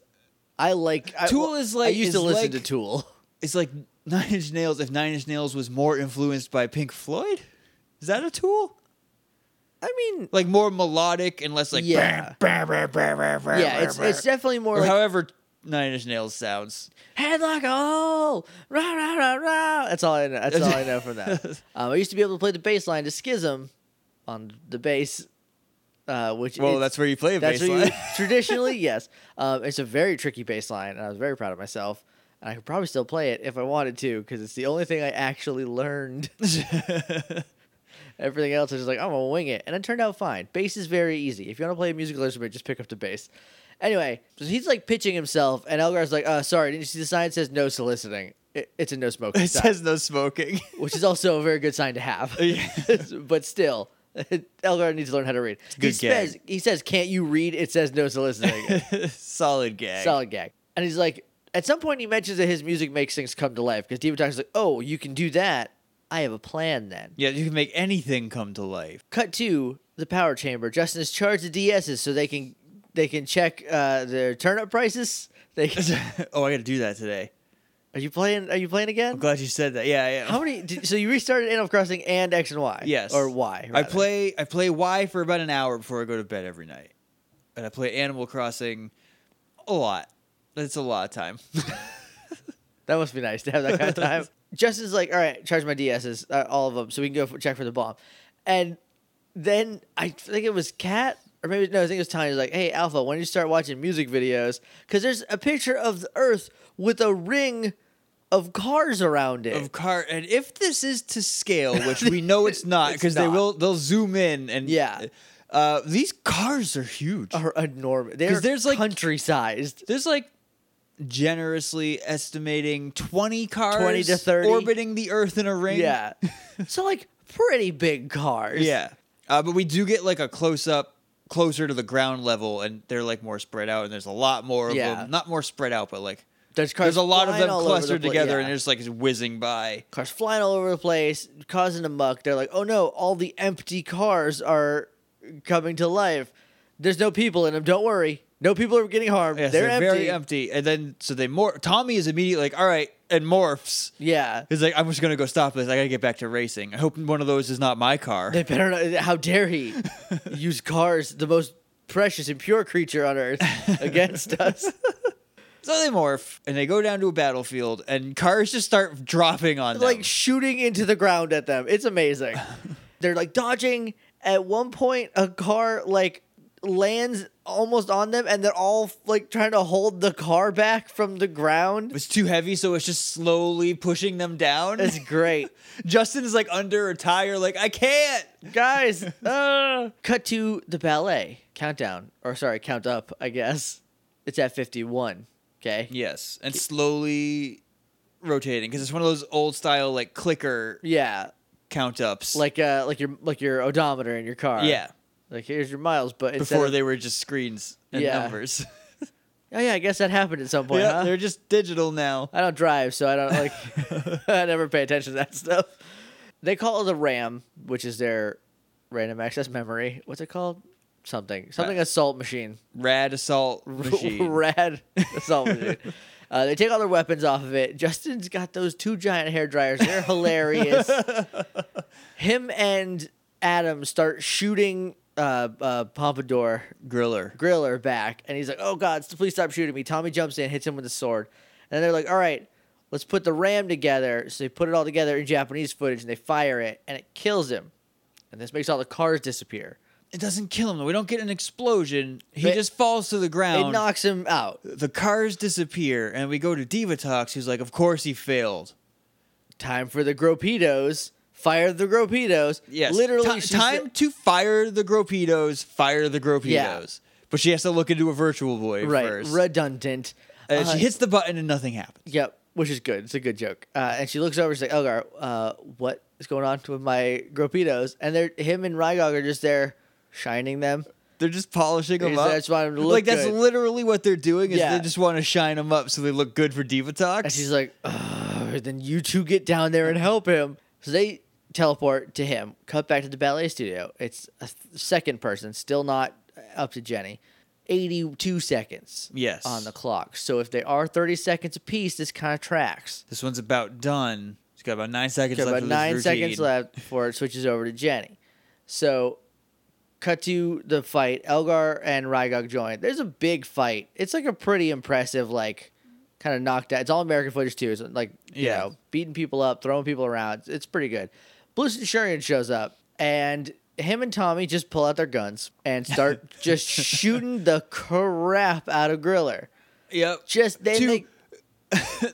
Speaker 2: I like I-
Speaker 1: Tool
Speaker 2: well,
Speaker 1: is like-
Speaker 2: I used
Speaker 1: is
Speaker 2: to listen
Speaker 1: like-
Speaker 2: to Tool.
Speaker 1: it's like Nine Inch Nails. If Nine Inch Nails was more influenced by Pink Floyd, is that a tool?
Speaker 2: I mean,
Speaker 1: Like more melodic and less like
Speaker 2: <laughs> yeah, yeah. It's it's definitely more
Speaker 1: Or
Speaker 2: like
Speaker 1: however Nine Inch Nails sounds.
Speaker 2: Headlock all rah rah rah rah. That's all I know. That's all I know from
Speaker 1: <laughs>
Speaker 2: that. Um, I used to be able to play the bass line to Schism on the bass, uh, which
Speaker 1: well,
Speaker 2: is-
Speaker 1: that's where you play a
Speaker 2: that's
Speaker 1: bass
Speaker 2: what you <laughs>
Speaker 1: line.
Speaker 2: traditionally yes. Um, it's a very tricky bass line, and I was very proud of myself. And I could probably still play it if I wanted to, because it's the only thing I actually learned. <laughs> Everything else, I was just like, I'm gonna wing it, and it turned out fine. Bass is very easy. If you want to play a musical instrument, just pick up the bass. Anyway, so he's like pitching himself, and Elgar's like, "Uh, sorry, didn't you see the sign? It says no soliciting. It, it's a no smoking
Speaker 1: it
Speaker 2: sign,
Speaker 1: says no smoking.
Speaker 2: which is also a very good sign to have.
Speaker 1: Yeah.
Speaker 2: <laughs> but still, <laughs> Elgar needs to learn how to read.
Speaker 1: good
Speaker 2: he says, he says, "Can't you read? It says
Speaker 1: <laughs>
Speaker 2: no soliciting.
Speaker 1: <laughs> Solid gag.
Speaker 2: Solid gag." And he's like, at some point, he mentions that his music makes things come to life because Diva Talks like, "Oh, you can do that. I have a plan then."
Speaker 1: Yeah, you can make anything come to life. <laughs>
Speaker 2: Cut to the power chamber. Justin has charged the DSs so they can they can check uh, their turnip prices. <laughs> They can,
Speaker 1: <laughs> oh, I got to do that today.
Speaker 2: are you playing? Are you playing
Speaker 1: I'm
Speaker 2: again?
Speaker 1: glad you said that. Yeah, yeah.
Speaker 2: How many? Did, so you restarted Animal Crossing and X and Y.
Speaker 1: Yes.
Speaker 2: or Y.
Speaker 1: I
Speaker 2: rather.
Speaker 1: play I play Y for about an hour before I go to bed every night, and I play Animal Crossing a lot. That's a lot of
Speaker 2: <laughs>
Speaker 1: time.
Speaker 2: That must be nice to have that kind
Speaker 1: <laughs>
Speaker 2: of time. Justin's like, all right, charge my DSs, uh, all of them, so we can go f check for the bomb. And then I think it was Kat, or maybe no, I think it was Tanya. Was like, hey, Alpha, when did you start watching music videos? Because there's a picture of the Earth with a ring of cars around it.
Speaker 1: of car and if this is to scale which we know
Speaker 2: <laughs>
Speaker 1: it's not
Speaker 2: It's
Speaker 1: because they
Speaker 2: not.
Speaker 1: will they'll zoom in and
Speaker 2: Yeah.
Speaker 1: uh, these cars are huge
Speaker 2: are enormous. They're
Speaker 1: there's, like-
Speaker 2: country sized.
Speaker 1: there's like generously estimating 20 cars
Speaker 2: 20 to 30.
Speaker 1: orbiting the earth in a ring
Speaker 2: Yeah. so like pretty big cars.
Speaker 1: yeah uh, but we do get like a close-up closer to the ground level and they're like more spread out and there's a lot more of
Speaker 2: Yeah.
Speaker 1: them not more spread out but like
Speaker 2: There's cars.
Speaker 1: there's a lot of
Speaker 2: flying
Speaker 1: them
Speaker 2: all over the
Speaker 1: clustered
Speaker 2: pla-
Speaker 1: together
Speaker 2: yeah.
Speaker 1: and they're just like whizzing by
Speaker 2: cars flying all over the place, causing a muck. They're like, oh no, all the empty cars are coming to life. There's no people in them. Don't worry. No people are getting harmed.
Speaker 1: Yes,
Speaker 2: they're, empty.
Speaker 1: very empty and then so they more tommy is immediately like all right and morphs
Speaker 2: Yeah.
Speaker 1: He's like, I'm just gonna go stop this. I gotta get back to racing. I hope one of those is not my car.
Speaker 2: They better not. How dare he use cars, the most precious and pure creature on earth, against us?
Speaker 1: So they morph and they go down to a battlefield, and cars just start dropping on them.
Speaker 2: like shooting into the ground at them. It's amazing.
Speaker 1: <laughs>
Speaker 2: They're like dodging. At one point, a car like lands almost on them, and they're all like trying to hold the car back from the ground.
Speaker 1: it's too heavy, so it's just slowly pushing them down.
Speaker 2: It's great,
Speaker 1: <laughs> Justin is like under a tire, like I can't.
Speaker 2: guys. uh. Cut to the ballet countdown, or sorry, count up. I guess it's at fifty-one. Okay.
Speaker 1: Yes, and slowly rotating because it's one of those old style like clicker
Speaker 2: Yeah,
Speaker 1: count ups.
Speaker 2: like uh, like your like your odometer in your car.
Speaker 1: yeah,
Speaker 2: Like here's your miles, but instead
Speaker 1: before
Speaker 2: of-
Speaker 1: they were just screens and
Speaker 2: Yeah.
Speaker 1: <laughs> numbers.
Speaker 2: Oh yeah, I guess that happened at some point.
Speaker 1: yeah,
Speaker 2: huh?
Speaker 1: they're just digital now.
Speaker 2: I don't drive, so I don't like. <laughs> I never pay attention to that stuff. They call it the RAM, which is their random access memory. What's it called? Something. Something assault machine. <laughs>
Speaker 1: Rad assault machine.
Speaker 2: Rad assault machine. Uh, they take all their weapons off of it. Justin's got those two giant hair dryers. They're hilarious. Him and Adam start shooting uh, uh, Pompadour
Speaker 1: Griller.
Speaker 2: Griller back, and he's like, "Oh God, s- please stop shooting me!" Tommy jumps in, hits him with a sword, and they're like, "All right, let's put the ram together." So they put it all together in Japanese footage, and they fire it, and it kills him, and this makes all the cars disappear.
Speaker 1: it doesn't kill him. though. We don't get an explosion. He
Speaker 2: It-
Speaker 1: just falls to the
Speaker 2: It
Speaker 1: ground.
Speaker 2: knocks him out.
Speaker 1: the cars disappear, and we go to Diva Talks, who's like, "Of course he failed."
Speaker 2: Time for the Gropedos. Fire the Gropedos.
Speaker 1: Yes,
Speaker 2: literally.
Speaker 1: Ti-
Speaker 2: she said-
Speaker 1: time to fire the Gropedos. Fire the Gropedos.
Speaker 2: Yeah.
Speaker 1: But she has to look into a virtual void
Speaker 2: right,
Speaker 1: first.
Speaker 2: redundant.
Speaker 1: and
Speaker 2: Uh,
Speaker 1: she hits the button, and nothing happens.
Speaker 2: Yep, which is good. It's a good joke. Uh, and she looks over. She's like, "Elgar, uh, what is going on with my Gropedos?" And they're him and Rygog are just there, shining them.
Speaker 1: They're just polishing them
Speaker 2: Is
Speaker 1: up.
Speaker 2: that just want 'em to look
Speaker 1: like that's
Speaker 2: good?
Speaker 1: literally what they're doing. Is
Speaker 2: Yeah.
Speaker 1: they just want to shine them up so they look good for Diva Talks.
Speaker 2: And she's like, "Ugh, "Then you two get down there and help him." So they teleport to him. Cut back to the ballet studio. It's a th- second person, still not up to Jenny. Eighty-two seconds.
Speaker 1: Yes.
Speaker 2: on the clock. So if they are thirty seconds apiece, this kind of tracks.
Speaker 1: this one's about done. She's got about nine seconds
Speaker 2: Okay,
Speaker 1: left.
Speaker 2: about
Speaker 1: of this
Speaker 2: nine
Speaker 1: routine.
Speaker 2: seconds left before it switches over to Jenny. So cut to the fight. Elgar and Rygog join. There's a big fight. It's like a pretty impressive, like, kind of knocked out. It's all American footage too. It's like you
Speaker 1: Yeah.
Speaker 2: know, beating people up, throwing people around. It's pretty good. Blue Centurion shows up, and him and Tommy just pull out their guns and
Speaker 1: <laughs>
Speaker 2: start just shooting the crap out of Griller.
Speaker 1: Yep.
Speaker 2: Just they
Speaker 1: To-
Speaker 2: make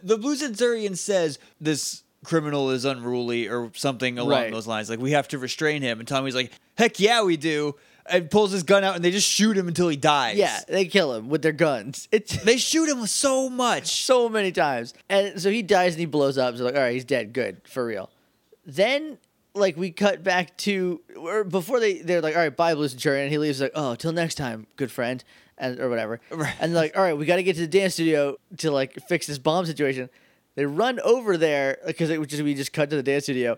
Speaker 1: the Blue Centurion says this criminal is unruly or something along
Speaker 2: Right.
Speaker 1: those lines. Like we have to restrain him, and Tommy's like, "Heck yeah, we do!" And pulls his gun out, and they just shoot him until he dies.
Speaker 2: yeah, they kill him with their guns. It's
Speaker 1: they shoot him so much.
Speaker 2: so many times. And so he dies and he blows up. So like, all right, he's dead. Good for real. Then like we cut back to or before they they're like, all right, bye, Blue Centurion. And he leaves like, oh, till next time, good friend, and or whatever.
Speaker 1: Right.
Speaker 2: And they're like, all right, we got to get to the dance studio to like fix this bomb situation. They run over there because it would just we just cut to the dance studio.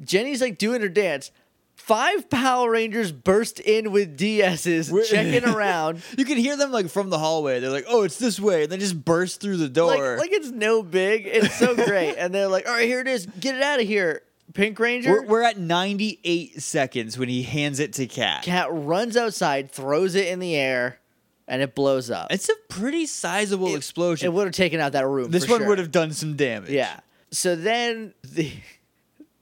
Speaker 2: Jenny's like doing her dance. Five Power Rangers burst in with DSs,
Speaker 1: We're- <laughs>
Speaker 2: checking around.
Speaker 1: You can hear them like from the hallway. They're like, "Oh, it's this way," and they just burst through the door.
Speaker 2: Like, like it's no big. It's
Speaker 1: <laughs>
Speaker 2: so great. and they're like, all right, here it is. Get it out of here. Pink Ranger.
Speaker 1: we're, we're at 98 seconds when he hands it to Cat.
Speaker 2: Cat runs outside, throws it in the air, and it blows up.
Speaker 1: It's a pretty sizable
Speaker 2: It-
Speaker 1: explosion.
Speaker 2: It would have taken out that room.
Speaker 1: this
Speaker 2: for
Speaker 1: one
Speaker 2: sure.
Speaker 1: would have done some damage.
Speaker 2: Yeah. So then the,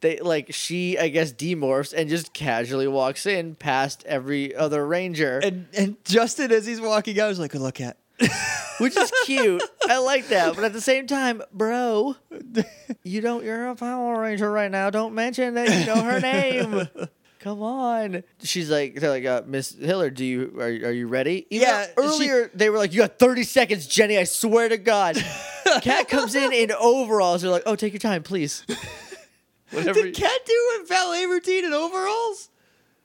Speaker 2: they like she I guess demorphs and just casually walks in past every other ranger,
Speaker 1: And and Justin, as he's walking out, is like, "Good luck, Cat."
Speaker 2: which is cute. I like that, but at the same time, bro, you don't. You're a Power Ranger right now. Don't mention that you know her name. Come on. She's like, they're like, uh, Miss Hiller, do you are, are you ready? Even
Speaker 1: Yeah,
Speaker 2: Earlier they were like, you got 30 seconds, Jenny. I swear to God.
Speaker 1: <laughs>
Speaker 2: Cat comes in in overalls. They're like, oh, take your time, please. Whatever.
Speaker 1: Did Cat do a ballet routine in overalls?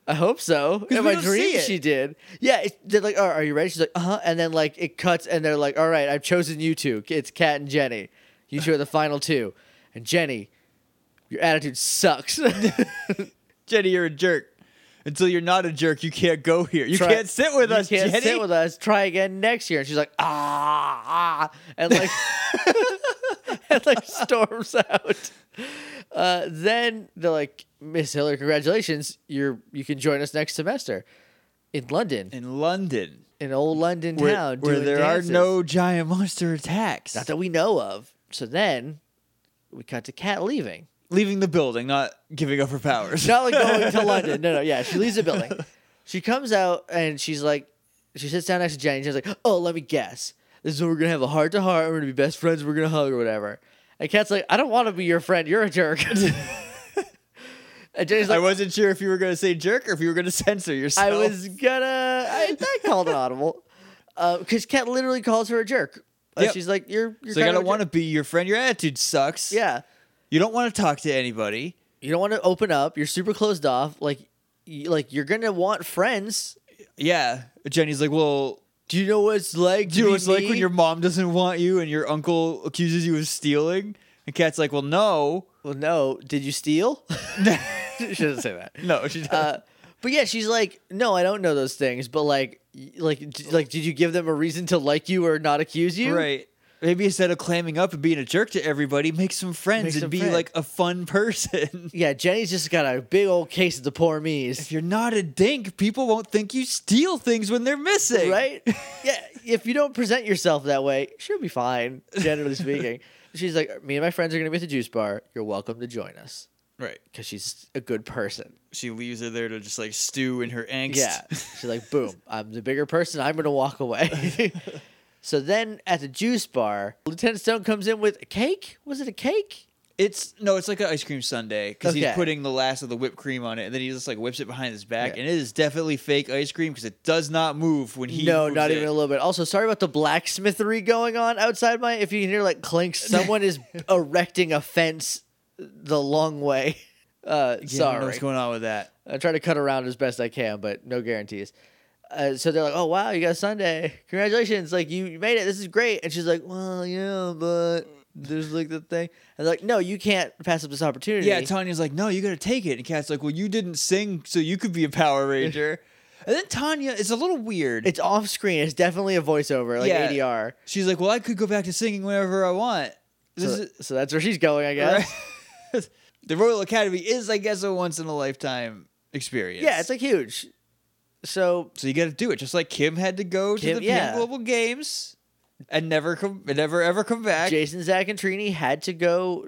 Speaker 2: I hope so. In
Speaker 1: we
Speaker 2: my
Speaker 1: don't
Speaker 2: dream,
Speaker 1: see it.
Speaker 2: she did. Yeah, it, they're like, oh, "Are you ready?" She's like, "Uh huh." And then like it cuts, and they're like, "All right, I've chosen you two. It's Kat and Jenny. You two are the final two. And Jenny, your attitude sucks. <laughs>
Speaker 1: Jenny, you're a jerk. Until you're not a jerk, you can't go here. You
Speaker 2: Try-
Speaker 1: can't sit with
Speaker 2: you
Speaker 1: us,
Speaker 2: can't
Speaker 1: Jenny.
Speaker 2: sit with us. Try again next year." And she's like, "Ah,", ah and
Speaker 1: <laughs>
Speaker 2: like, and like storms out. Uh, then they're like, "Miss Hiller, congratulations. You're you can join us next semester." In London,
Speaker 1: in London,
Speaker 2: in old London
Speaker 1: where,
Speaker 2: town,
Speaker 1: where
Speaker 2: doing
Speaker 1: there
Speaker 2: dances.
Speaker 1: are no giant monster attacks,
Speaker 2: Not that we know of. So then we cut to Kat leaving.
Speaker 1: <laughs> leaving the building, not giving up her powers.
Speaker 2: Not like
Speaker 1: <laughs>
Speaker 2: going to London. No, no, yeah. She leaves the building. She comes out and she's like, she sits down next to Jenny. She's like, oh, let me guess. This is when we're going to have a heart to heart. We're going to be best friends. We're going to hug or whatever. And Kat's like, I don't want to be your friend. You're
Speaker 1: <laughs>
Speaker 2: a jerk. and Jenny's
Speaker 1: I
Speaker 2: like,
Speaker 1: wasn't sure if you were going to say jerk or if you were going to <laughs> censor yourself.
Speaker 2: I was gonna. I, I called an audible because Kat literally calls her a jerk. Uh,
Speaker 1: Yep.
Speaker 2: She's like, "You're, you're
Speaker 1: So like, I
Speaker 2: kind of
Speaker 1: don't want to be your friend. Your attitude sucks.
Speaker 2: Yeah,
Speaker 1: You don't want to talk to anybody.
Speaker 2: you don't want to open up. You're super closed off. Like, you, like you're gonna want friends.
Speaker 1: Yeah. Jenny's like, well,
Speaker 2: Do you know what it's like?
Speaker 1: Do you know what it's like when your mom doesn't want you and your uncle accuses you of stealing? And Kat's like, well,
Speaker 2: <laughs>
Speaker 1: no.
Speaker 2: Well, no. Did you
Speaker 1: <laughs>
Speaker 2: steal? <laughs> she doesn't say that.
Speaker 1: No, she doesn't.
Speaker 2: Uh, but yeah, she's like, no, I don't know those things. But like, y- like, d- like, did you give them a reason to like you or not accuse you?
Speaker 1: right. Maybe instead of clamming up and being a jerk to everybody, make some friends
Speaker 2: Make
Speaker 1: and
Speaker 2: some
Speaker 1: be
Speaker 2: friends.
Speaker 1: like a fun person. <laughs>
Speaker 2: Yeah, Jenny's just got a big old case of the poor me's.
Speaker 1: if you're not a dink, people won't think you steal things when they're missing. <laughs>
Speaker 2: Right? yeah. If you don't present yourself that way, she'll be fine,
Speaker 1: <laughs>
Speaker 2: generally speaking. She's like, me and my friends are going to be at the juice bar. You're welcome to join us
Speaker 1: Right.
Speaker 2: because she's a good person.
Speaker 1: She leaves her there to just like stew in her angst.
Speaker 2: Yeah. <laughs> She's like, boom, I'm the bigger person. I'm going to walk away. <laughs> so then at the juice bar, Lieutenant Stone comes in with a cake. Was it a cake?
Speaker 1: It's no, it's like an ice cream sundae because
Speaker 2: Okay.
Speaker 1: he's putting the last of the whipped cream on it, and then he just like whips it behind his back,
Speaker 2: Yeah.
Speaker 1: and it is definitely fake ice cream because it does not move when he
Speaker 2: no,
Speaker 1: moves
Speaker 2: not
Speaker 1: it.
Speaker 2: even a little bit. Also, sorry about the blacksmithery going on outside my. If you can hear like
Speaker 1: <laughs>
Speaker 2: clinks, someone is erecting a fence the long way. Uh,
Speaker 1: Yeah, I don't know
Speaker 2: sorry.
Speaker 1: what's going on with that.
Speaker 2: I try to cut around as best I can, but no guarantees. Uh, so they're like, "Oh wow, you got Sunday! Congratulations! Like you, you made it. This is great." And she's like, "Well, yeah, but there's like the thing." And they're like, "No, you can't pass up this opportunity."
Speaker 1: Yeah, Tanya's like, no, you gotta take it. And Kat's like, well, you didn't sing, so you could be a Power
Speaker 2: <laughs>
Speaker 1: Ranger. and then Tanya is a little weird.
Speaker 2: it's off screen. It's definitely a voiceover, like
Speaker 1: Yeah.
Speaker 2: ADR.
Speaker 1: She's like, well, I could go back to singing whenever I want.
Speaker 2: So,
Speaker 1: This is
Speaker 2: so that's where she's going, I guess.
Speaker 1: <laughs> the Royal Academy is, I guess, a once in a lifetime experience.
Speaker 2: Yeah, it's like huge. So
Speaker 1: So you got to do it, just like Kim had to go
Speaker 2: Kim-
Speaker 1: to the
Speaker 2: yeah.
Speaker 1: PM Global Games and never come, and never ever come back.
Speaker 2: Jason, Zach, and Trini had to go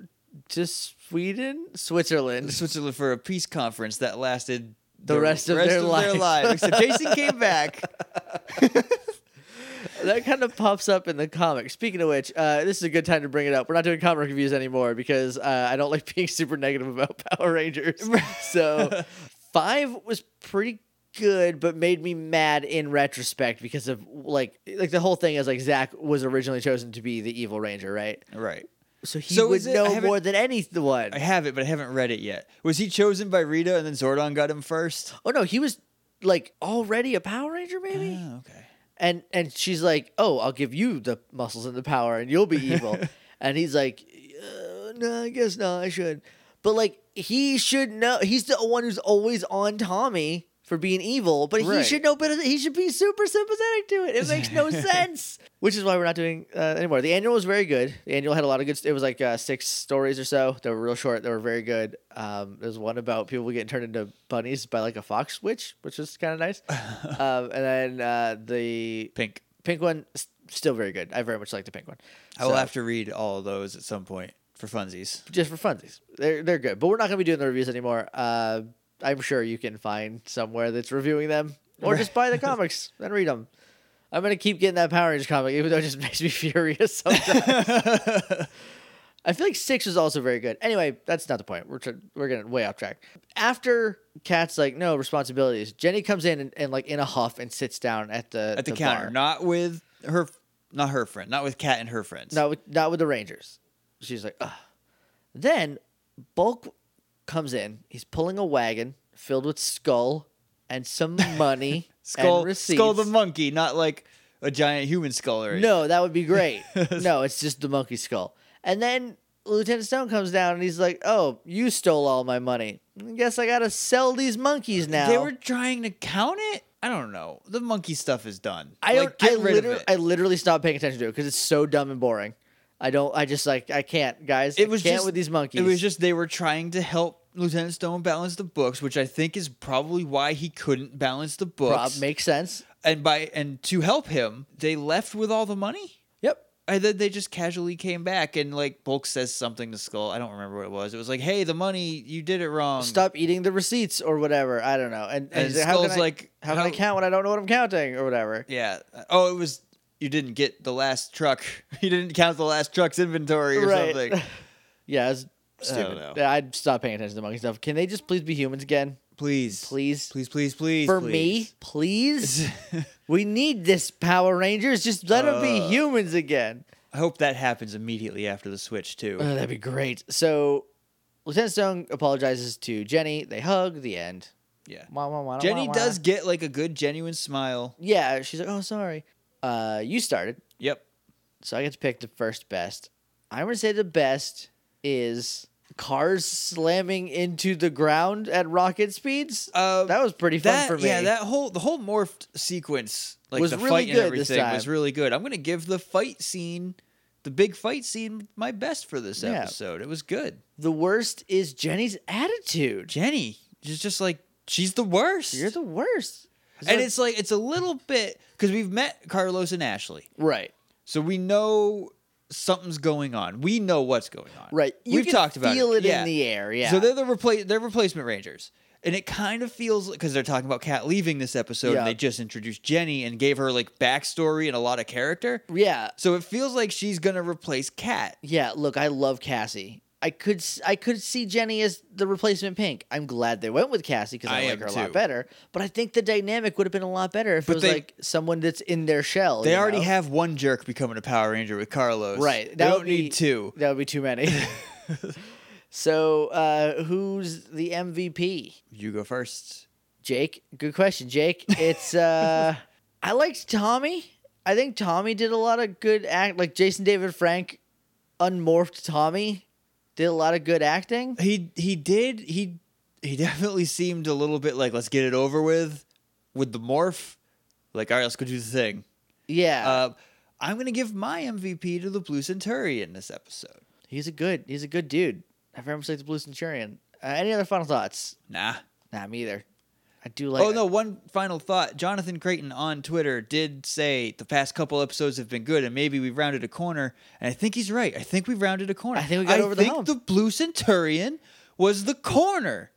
Speaker 2: to Sweden,
Speaker 1: to
Speaker 2: Switzerland.
Speaker 1: Switzerland for a peace conference that lasted
Speaker 2: The rest of their lives.
Speaker 1: lives. Except Jason came back.
Speaker 2: that kind of pops up in the comic. Speaking of which, uh, this is a good time to bring it up. We're not doing comic reviews anymore because uh, I don't like <laughs> being super negative about Power Rangers. <laughs> so five was pretty good, but made me mad in retrospect because of like like the whole thing is like Zach was originally chosen to be the evil ranger, <laughs> right?
Speaker 1: Right.
Speaker 2: So he
Speaker 1: So
Speaker 2: would
Speaker 1: is it- I
Speaker 2: know
Speaker 1: haven't-
Speaker 2: more than anyone.
Speaker 1: I have it, but I haven't read it yet. Was he chosen by Rita and then Zordon got him first?
Speaker 2: oh no, he was like already a Power Ranger, maybe.
Speaker 1: Oh, okay.
Speaker 2: and and she's like, "Oh, I'll give you the muscles and the power, and you'll be evil." and he's like, uh, "No, I guess not. I should." But like, he should know. He's the one who's always on Tommy for being evil, but he
Speaker 1: Right.
Speaker 2: should know better. than- He should be super sympathetic to it. It makes <laughs> no sense. Which is why we're not doing uh, anymore. The annual was very good. The annual had a lot of good. St- it was like uh, six stories or so. They were real short. They were very good. Um, there was one about people getting turned into bunnies by like a fox witch, which was kind
Speaker 1: <laughs>
Speaker 2: of nice. um, and then uh, the
Speaker 1: Pink.
Speaker 2: pink one s- still very good. I very much like the pink one.
Speaker 1: I will
Speaker 2: So,
Speaker 1: have to read all of those at some point for funsies.
Speaker 2: just for funsies. They're they're good, but we're not gonna be doing the reviews anymore. Uh, I'm sure you can find somewhere that's reviewing them, or
Speaker 1: <laughs>
Speaker 2: just buy the comics and read them. I'm gonna keep getting that Power Rangers comic, even though it just <laughs> makes me
Speaker 1: <laughs>
Speaker 2: furious sometimes. I feel like six was also very good. Anyway, that's not the point. We're tr- we're getting way off track. After Kat's like no responsibilities, Jenny comes in and, and like in a huff and sits down at the
Speaker 1: At the, counter,
Speaker 2: bar.
Speaker 1: not with her, not her friend, not with Kat and her friends.
Speaker 2: Not with, not with the Rangers. She's like, ugh. Then Bulk comes in. He's pulling a wagon filled with skull and
Speaker 1: <laughs>
Speaker 2: some money and
Speaker 1: skull,
Speaker 2: receipts.
Speaker 1: skull the monkey, not like a giant human skull or anything.
Speaker 2: no, that would
Speaker 1: <laughs>
Speaker 2: be great. no, it's just the monkey skull. And then Lieutenant Stone comes down and he's like, "Oh, you stole all my money. Guess I gotta sell these monkeys now."
Speaker 1: They were trying to count it. I don't know. The monkey stuff is done.
Speaker 2: I don't.
Speaker 1: like, get
Speaker 2: I,
Speaker 1: rid
Speaker 2: liter-
Speaker 1: of it.
Speaker 2: I literally stopped paying attention to it because it's so dumb and boring. I don't. I just like. I can't, guys.
Speaker 1: it
Speaker 2: I
Speaker 1: was
Speaker 2: can't
Speaker 1: just
Speaker 2: with these monkeys.
Speaker 1: It was just they were trying to help Lieutenant Stone balance the books, which I think is probably why he couldn't balance the books.
Speaker 2: Rob, makes sense.
Speaker 1: and by and to help him, they left with all the money.
Speaker 2: Yep.
Speaker 1: And then they just casually came back and like Bulk says something to Skull. I don't remember what it was. It was like, "Hey, the money, you did it wrong."
Speaker 2: stop eating the receipts or whatever. I don't know. And, and
Speaker 1: And
Speaker 2: he's like, how can
Speaker 1: Skull's
Speaker 2: I,
Speaker 1: like,
Speaker 2: how can I
Speaker 1: how-
Speaker 2: count when I don't know what I'm counting or whatever?
Speaker 1: Yeah. Oh, it was you didn't get the last truck. <laughs> You didn't count the last truck's inventory or
Speaker 2: Right.
Speaker 1: something.
Speaker 2: <laughs> Yeah, it's stupid.
Speaker 1: know.
Speaker 2: Yeah, I'd stop paying attention to the monkey stuff. Can they just please be humans again,
Speaker 1: Please.
Speaker 2: please?
Speaker 1: Please, please, please.
Speaker 2: For me, please.
Speaker 1: <laughs>
Speaker 2: we need this Power Rangers. Just let them be
Speaker 1: Uh.
Speaker 2: humans again.
Speaker 1: I hope that happens immediately after the switch too.
Speaker 2: Oh, that'd be great. So Lieutenant Stone apologizes to Jenny. They hug. The end.
Speaker 1: yeah.
Speaker 2: Wah, wah, wah,
Speaker 1: Jenny
Speaker 2: wah, wah.
Speaker 1: does get like a good genuine smile.
Speaker 2: Yeah, she's like, oh, sorry. Uh, you started.
Speaker 1: Yep.
Speaker 2: So I get to pick the first best. I'm gonna say the best is cars slamming into the ground at rocket speeds.
Speaker 1: Uh,
Speaker 2: that was pretty fun
Speaker 1: that
Speaker 2: for me.
Speaker 1: yeah, that whole the whole morphed sequence, like
Speaker 2: Was
Speaker 1: the
Speaker 2: really
Speaker 1: fight and
Speaker 2: good this
Speaker 1: everything, was
Speaker 2: time.
Speaker 1: really good. I'm gonna give the fight scene, the big fight scene, my best for this
Speaker 2: Yeah.
Speaker 1: episode. It was good.
Speaker 2: the worst is Jenny's attitude.
Speaker 1: Jenny is just like she's the worst.
Speaker 2: You're the worst.
Speaker 1: and it's like it's a little bit because we've met Carlos and Ashley,
Speaker 2: right,
Speaker 1: so we know something's going on. We know what's going on.
Speaker 2: right. You
Speaker 1: We've
Speaker 2: can
Speaker 1: talked about
Speaker 2: feel it,
Speaker 1: it. Yeah.
Speaker 2: in the air. Yeah.
Speaker 1: So they're the repla- they're replacement Rangers. And it kind of feels because they're talking about Kat leaving this episode,
Speaker 2: Yeah.
Speaker 1: and they just introduced Jenny and gave her like backstory and a lot of character.
Speaker 2: yeah,
Speaker 1: So it feels like she's gonna replace Kat.
Speaker 2: yeah. Look, I love Cassie. I could s- I could see Jenny as the replacement Pink. I'm glad they went with Cassie because I,
Speaker 1: I
Speaker 2: like
Speaker 1: am
Speaker 2: her a lot
Speaker 1: too.
Speaker 2: better. But I think the dynamic would have been a lot better if it
Speaker 1: But
Speaker 2: was
Speaker 1: they-
Speaker 2: like someone that's in their shell.
Speaker 1: They
Speaker 2: you
Speaker 1: already
Speaker 2: know?
Speaker 1: have one jerk becoming a Power Ranger with Carlos.
Speaker 2: Right.
Speaker 1: They
Speaker 2: That
Speaker 1: don't
Speaker 2: would be-
Speaker 1: need two.
Speaker 2: That would be
Speaker 1: <laughs>
Speaker 2: too many. so, uh, who's the MVP?
Speaker 1: You go first.
Speaker 2: Jake. Good question, Jake.
Speaker 1: <laughs>
Speaker 2: It's uh, I liked Tommy. I think Tommy did a lot of good act. Like Jason David Frank, unmorphed Tommy, did a lot of good acting.
Speaker 1: He he did he he <laughs> definitely seemed a little bit like let's get it over with with the morph. Like all right, let's go do the thing.
Speaker 2: Yeah,
Speaker 1: Uh, I'm gonna give my MVP to the Blue Centurion this episode.
Speaker 2: he's a good. He's a good dude. I very much like the Blue Centurion. Uh, any other final thoughts?
Speaker 1: Nah.
Speaker 2: Nah, me either. I do like.
Speaker 1: oh no! One final thought. Jonathan Creighton on Twitter did say the past couple episodes have been good, and maybe we've rounded a corner. And I think he's right. I think we've rounded a corner.
Speaker 2: I think we got over the
Speaker 1: think
Speaker 2: hump.
Speaker 1: the Blue Centurion was the corner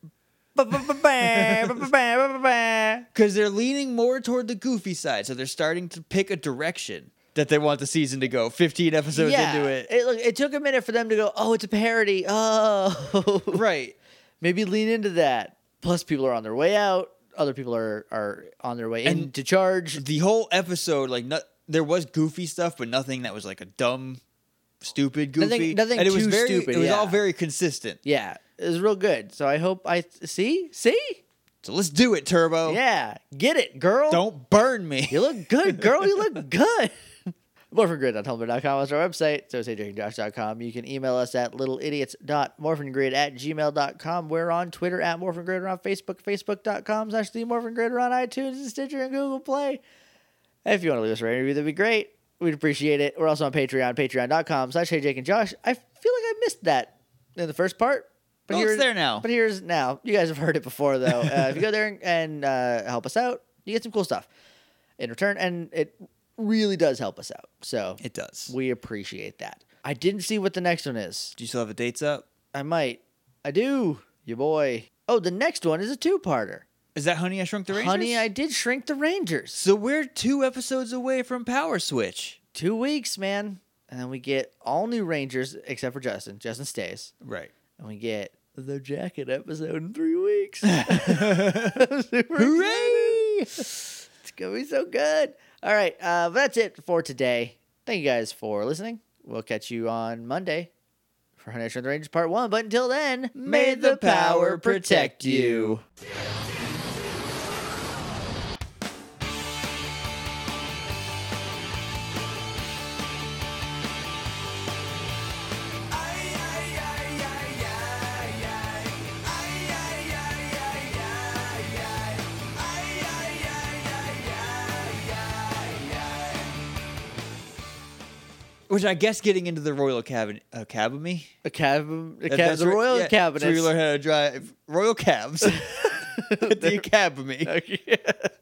Speaker 1: because they're leaning more toward the goofy side, so they're starting to pick a direction that they want the season to go. Fifteen episodes
Speaker 2: yeah,
Speaker 1: into it,
Speaker 2: It, look, it took a minute for them to go. Oh, it's a parody. Oh, <laughs>
Speaker 1: right?
Speaker 2: Maybe lean into that. Plus, people are on their way out. Other people are are on their way
Speaker 1: And-
Speaker 2: in to charge.
Speaker 1: The whole episode, like, no, there was goofy stuff, but nothing that was like a dumb, stupid goofy.
Speaker 2: Nothing- nothing
Speaker 1: and it was
Speaker 2: too
Speaker 1: very,
Speaker 2: stupid,
Speaker 1: It was
Speaker 2: yeah.
Speaker 1: all very consistent.
Speaker 2: Yeah, it was real good. So I hope I see see.
Speaker 1: So let's do it, Turbo.
Speaker 2: Yeah, get it,
Speaker 1: <laughs>
Speaker 2: girl.
Speaker 1: Don't burn me.
Speaker 2: <laughs> You look good, girl. You look good. <laughs> MorphinGrid.tumblr.com is our website. So say com. You can email us at littleidiots.morphingrid at gmail.com. We're on Twitter at morphingrid. We're on Facebook, facebook.com slash the morphingrid. We're on iTunes and Stitcher and Google Play. And if you want to leave us a rating review, that'd be great. We'd appreciate it. We're also on Patreon, patreon.com slash hey Jake and Josh. I feel like I missed that in the first part. But
Speaker 1: No, it's
Speaker 2: here,
Speaker 1: there now.
Speaker 2: But here's now. You guys have heard it before, though. Uh, if you go there and, and uh, help us out, you get some cool stuff in return, and it really does help us out. So
Speaker 1: It does.
Speaker 2: we appreciate that. I didn't see what the next one is.
Speaker 1: Do you still have the dates up?
Speaker 2: I might. I do. Your boy. Oh, the next one is a two-parter.
Speaker 1: Is that Honey I Shrunk the Rangers?
Speaker 2: Honey, I did shrink the Rangers.
Speaker 1: So we're two episodes away from Power Switch.
Speaker 2: Two weeks, man, and then we get all new Rangers except for Justin. Justin stays,
Speaker 1: Right.
Speaker 2: and we get the jacket episode in
Speaker 1: <laughs>
Speaker 2: three weeks. <laughs> I'm super
Speaker 1: Hooray!
Speaker 2: It's gonna be so good. All right, uh, that's it for today. Thank you guys for listening. We'll catch you on Monday for Hunter and the Rangers Part One. But until then,
Speaker 1: May the power protect you. Which I guess getting into the Royal Cabin Academy.
Speaker 2: A cab, a
Speaker 1: That-
Speaker 2: cab,
Speaker 1: that's
Speaker 2: the
Speaker 1: where-
Speaker 2: royal
Speaker 1: yeah, <laughs>
Speaker 2: cabinets.
Speaker 1: That's
Speaker 2: <laughs>
Speaker 1: where you learn how to drive Royal Cabs. at the Academy.
Speaker 2: Okay.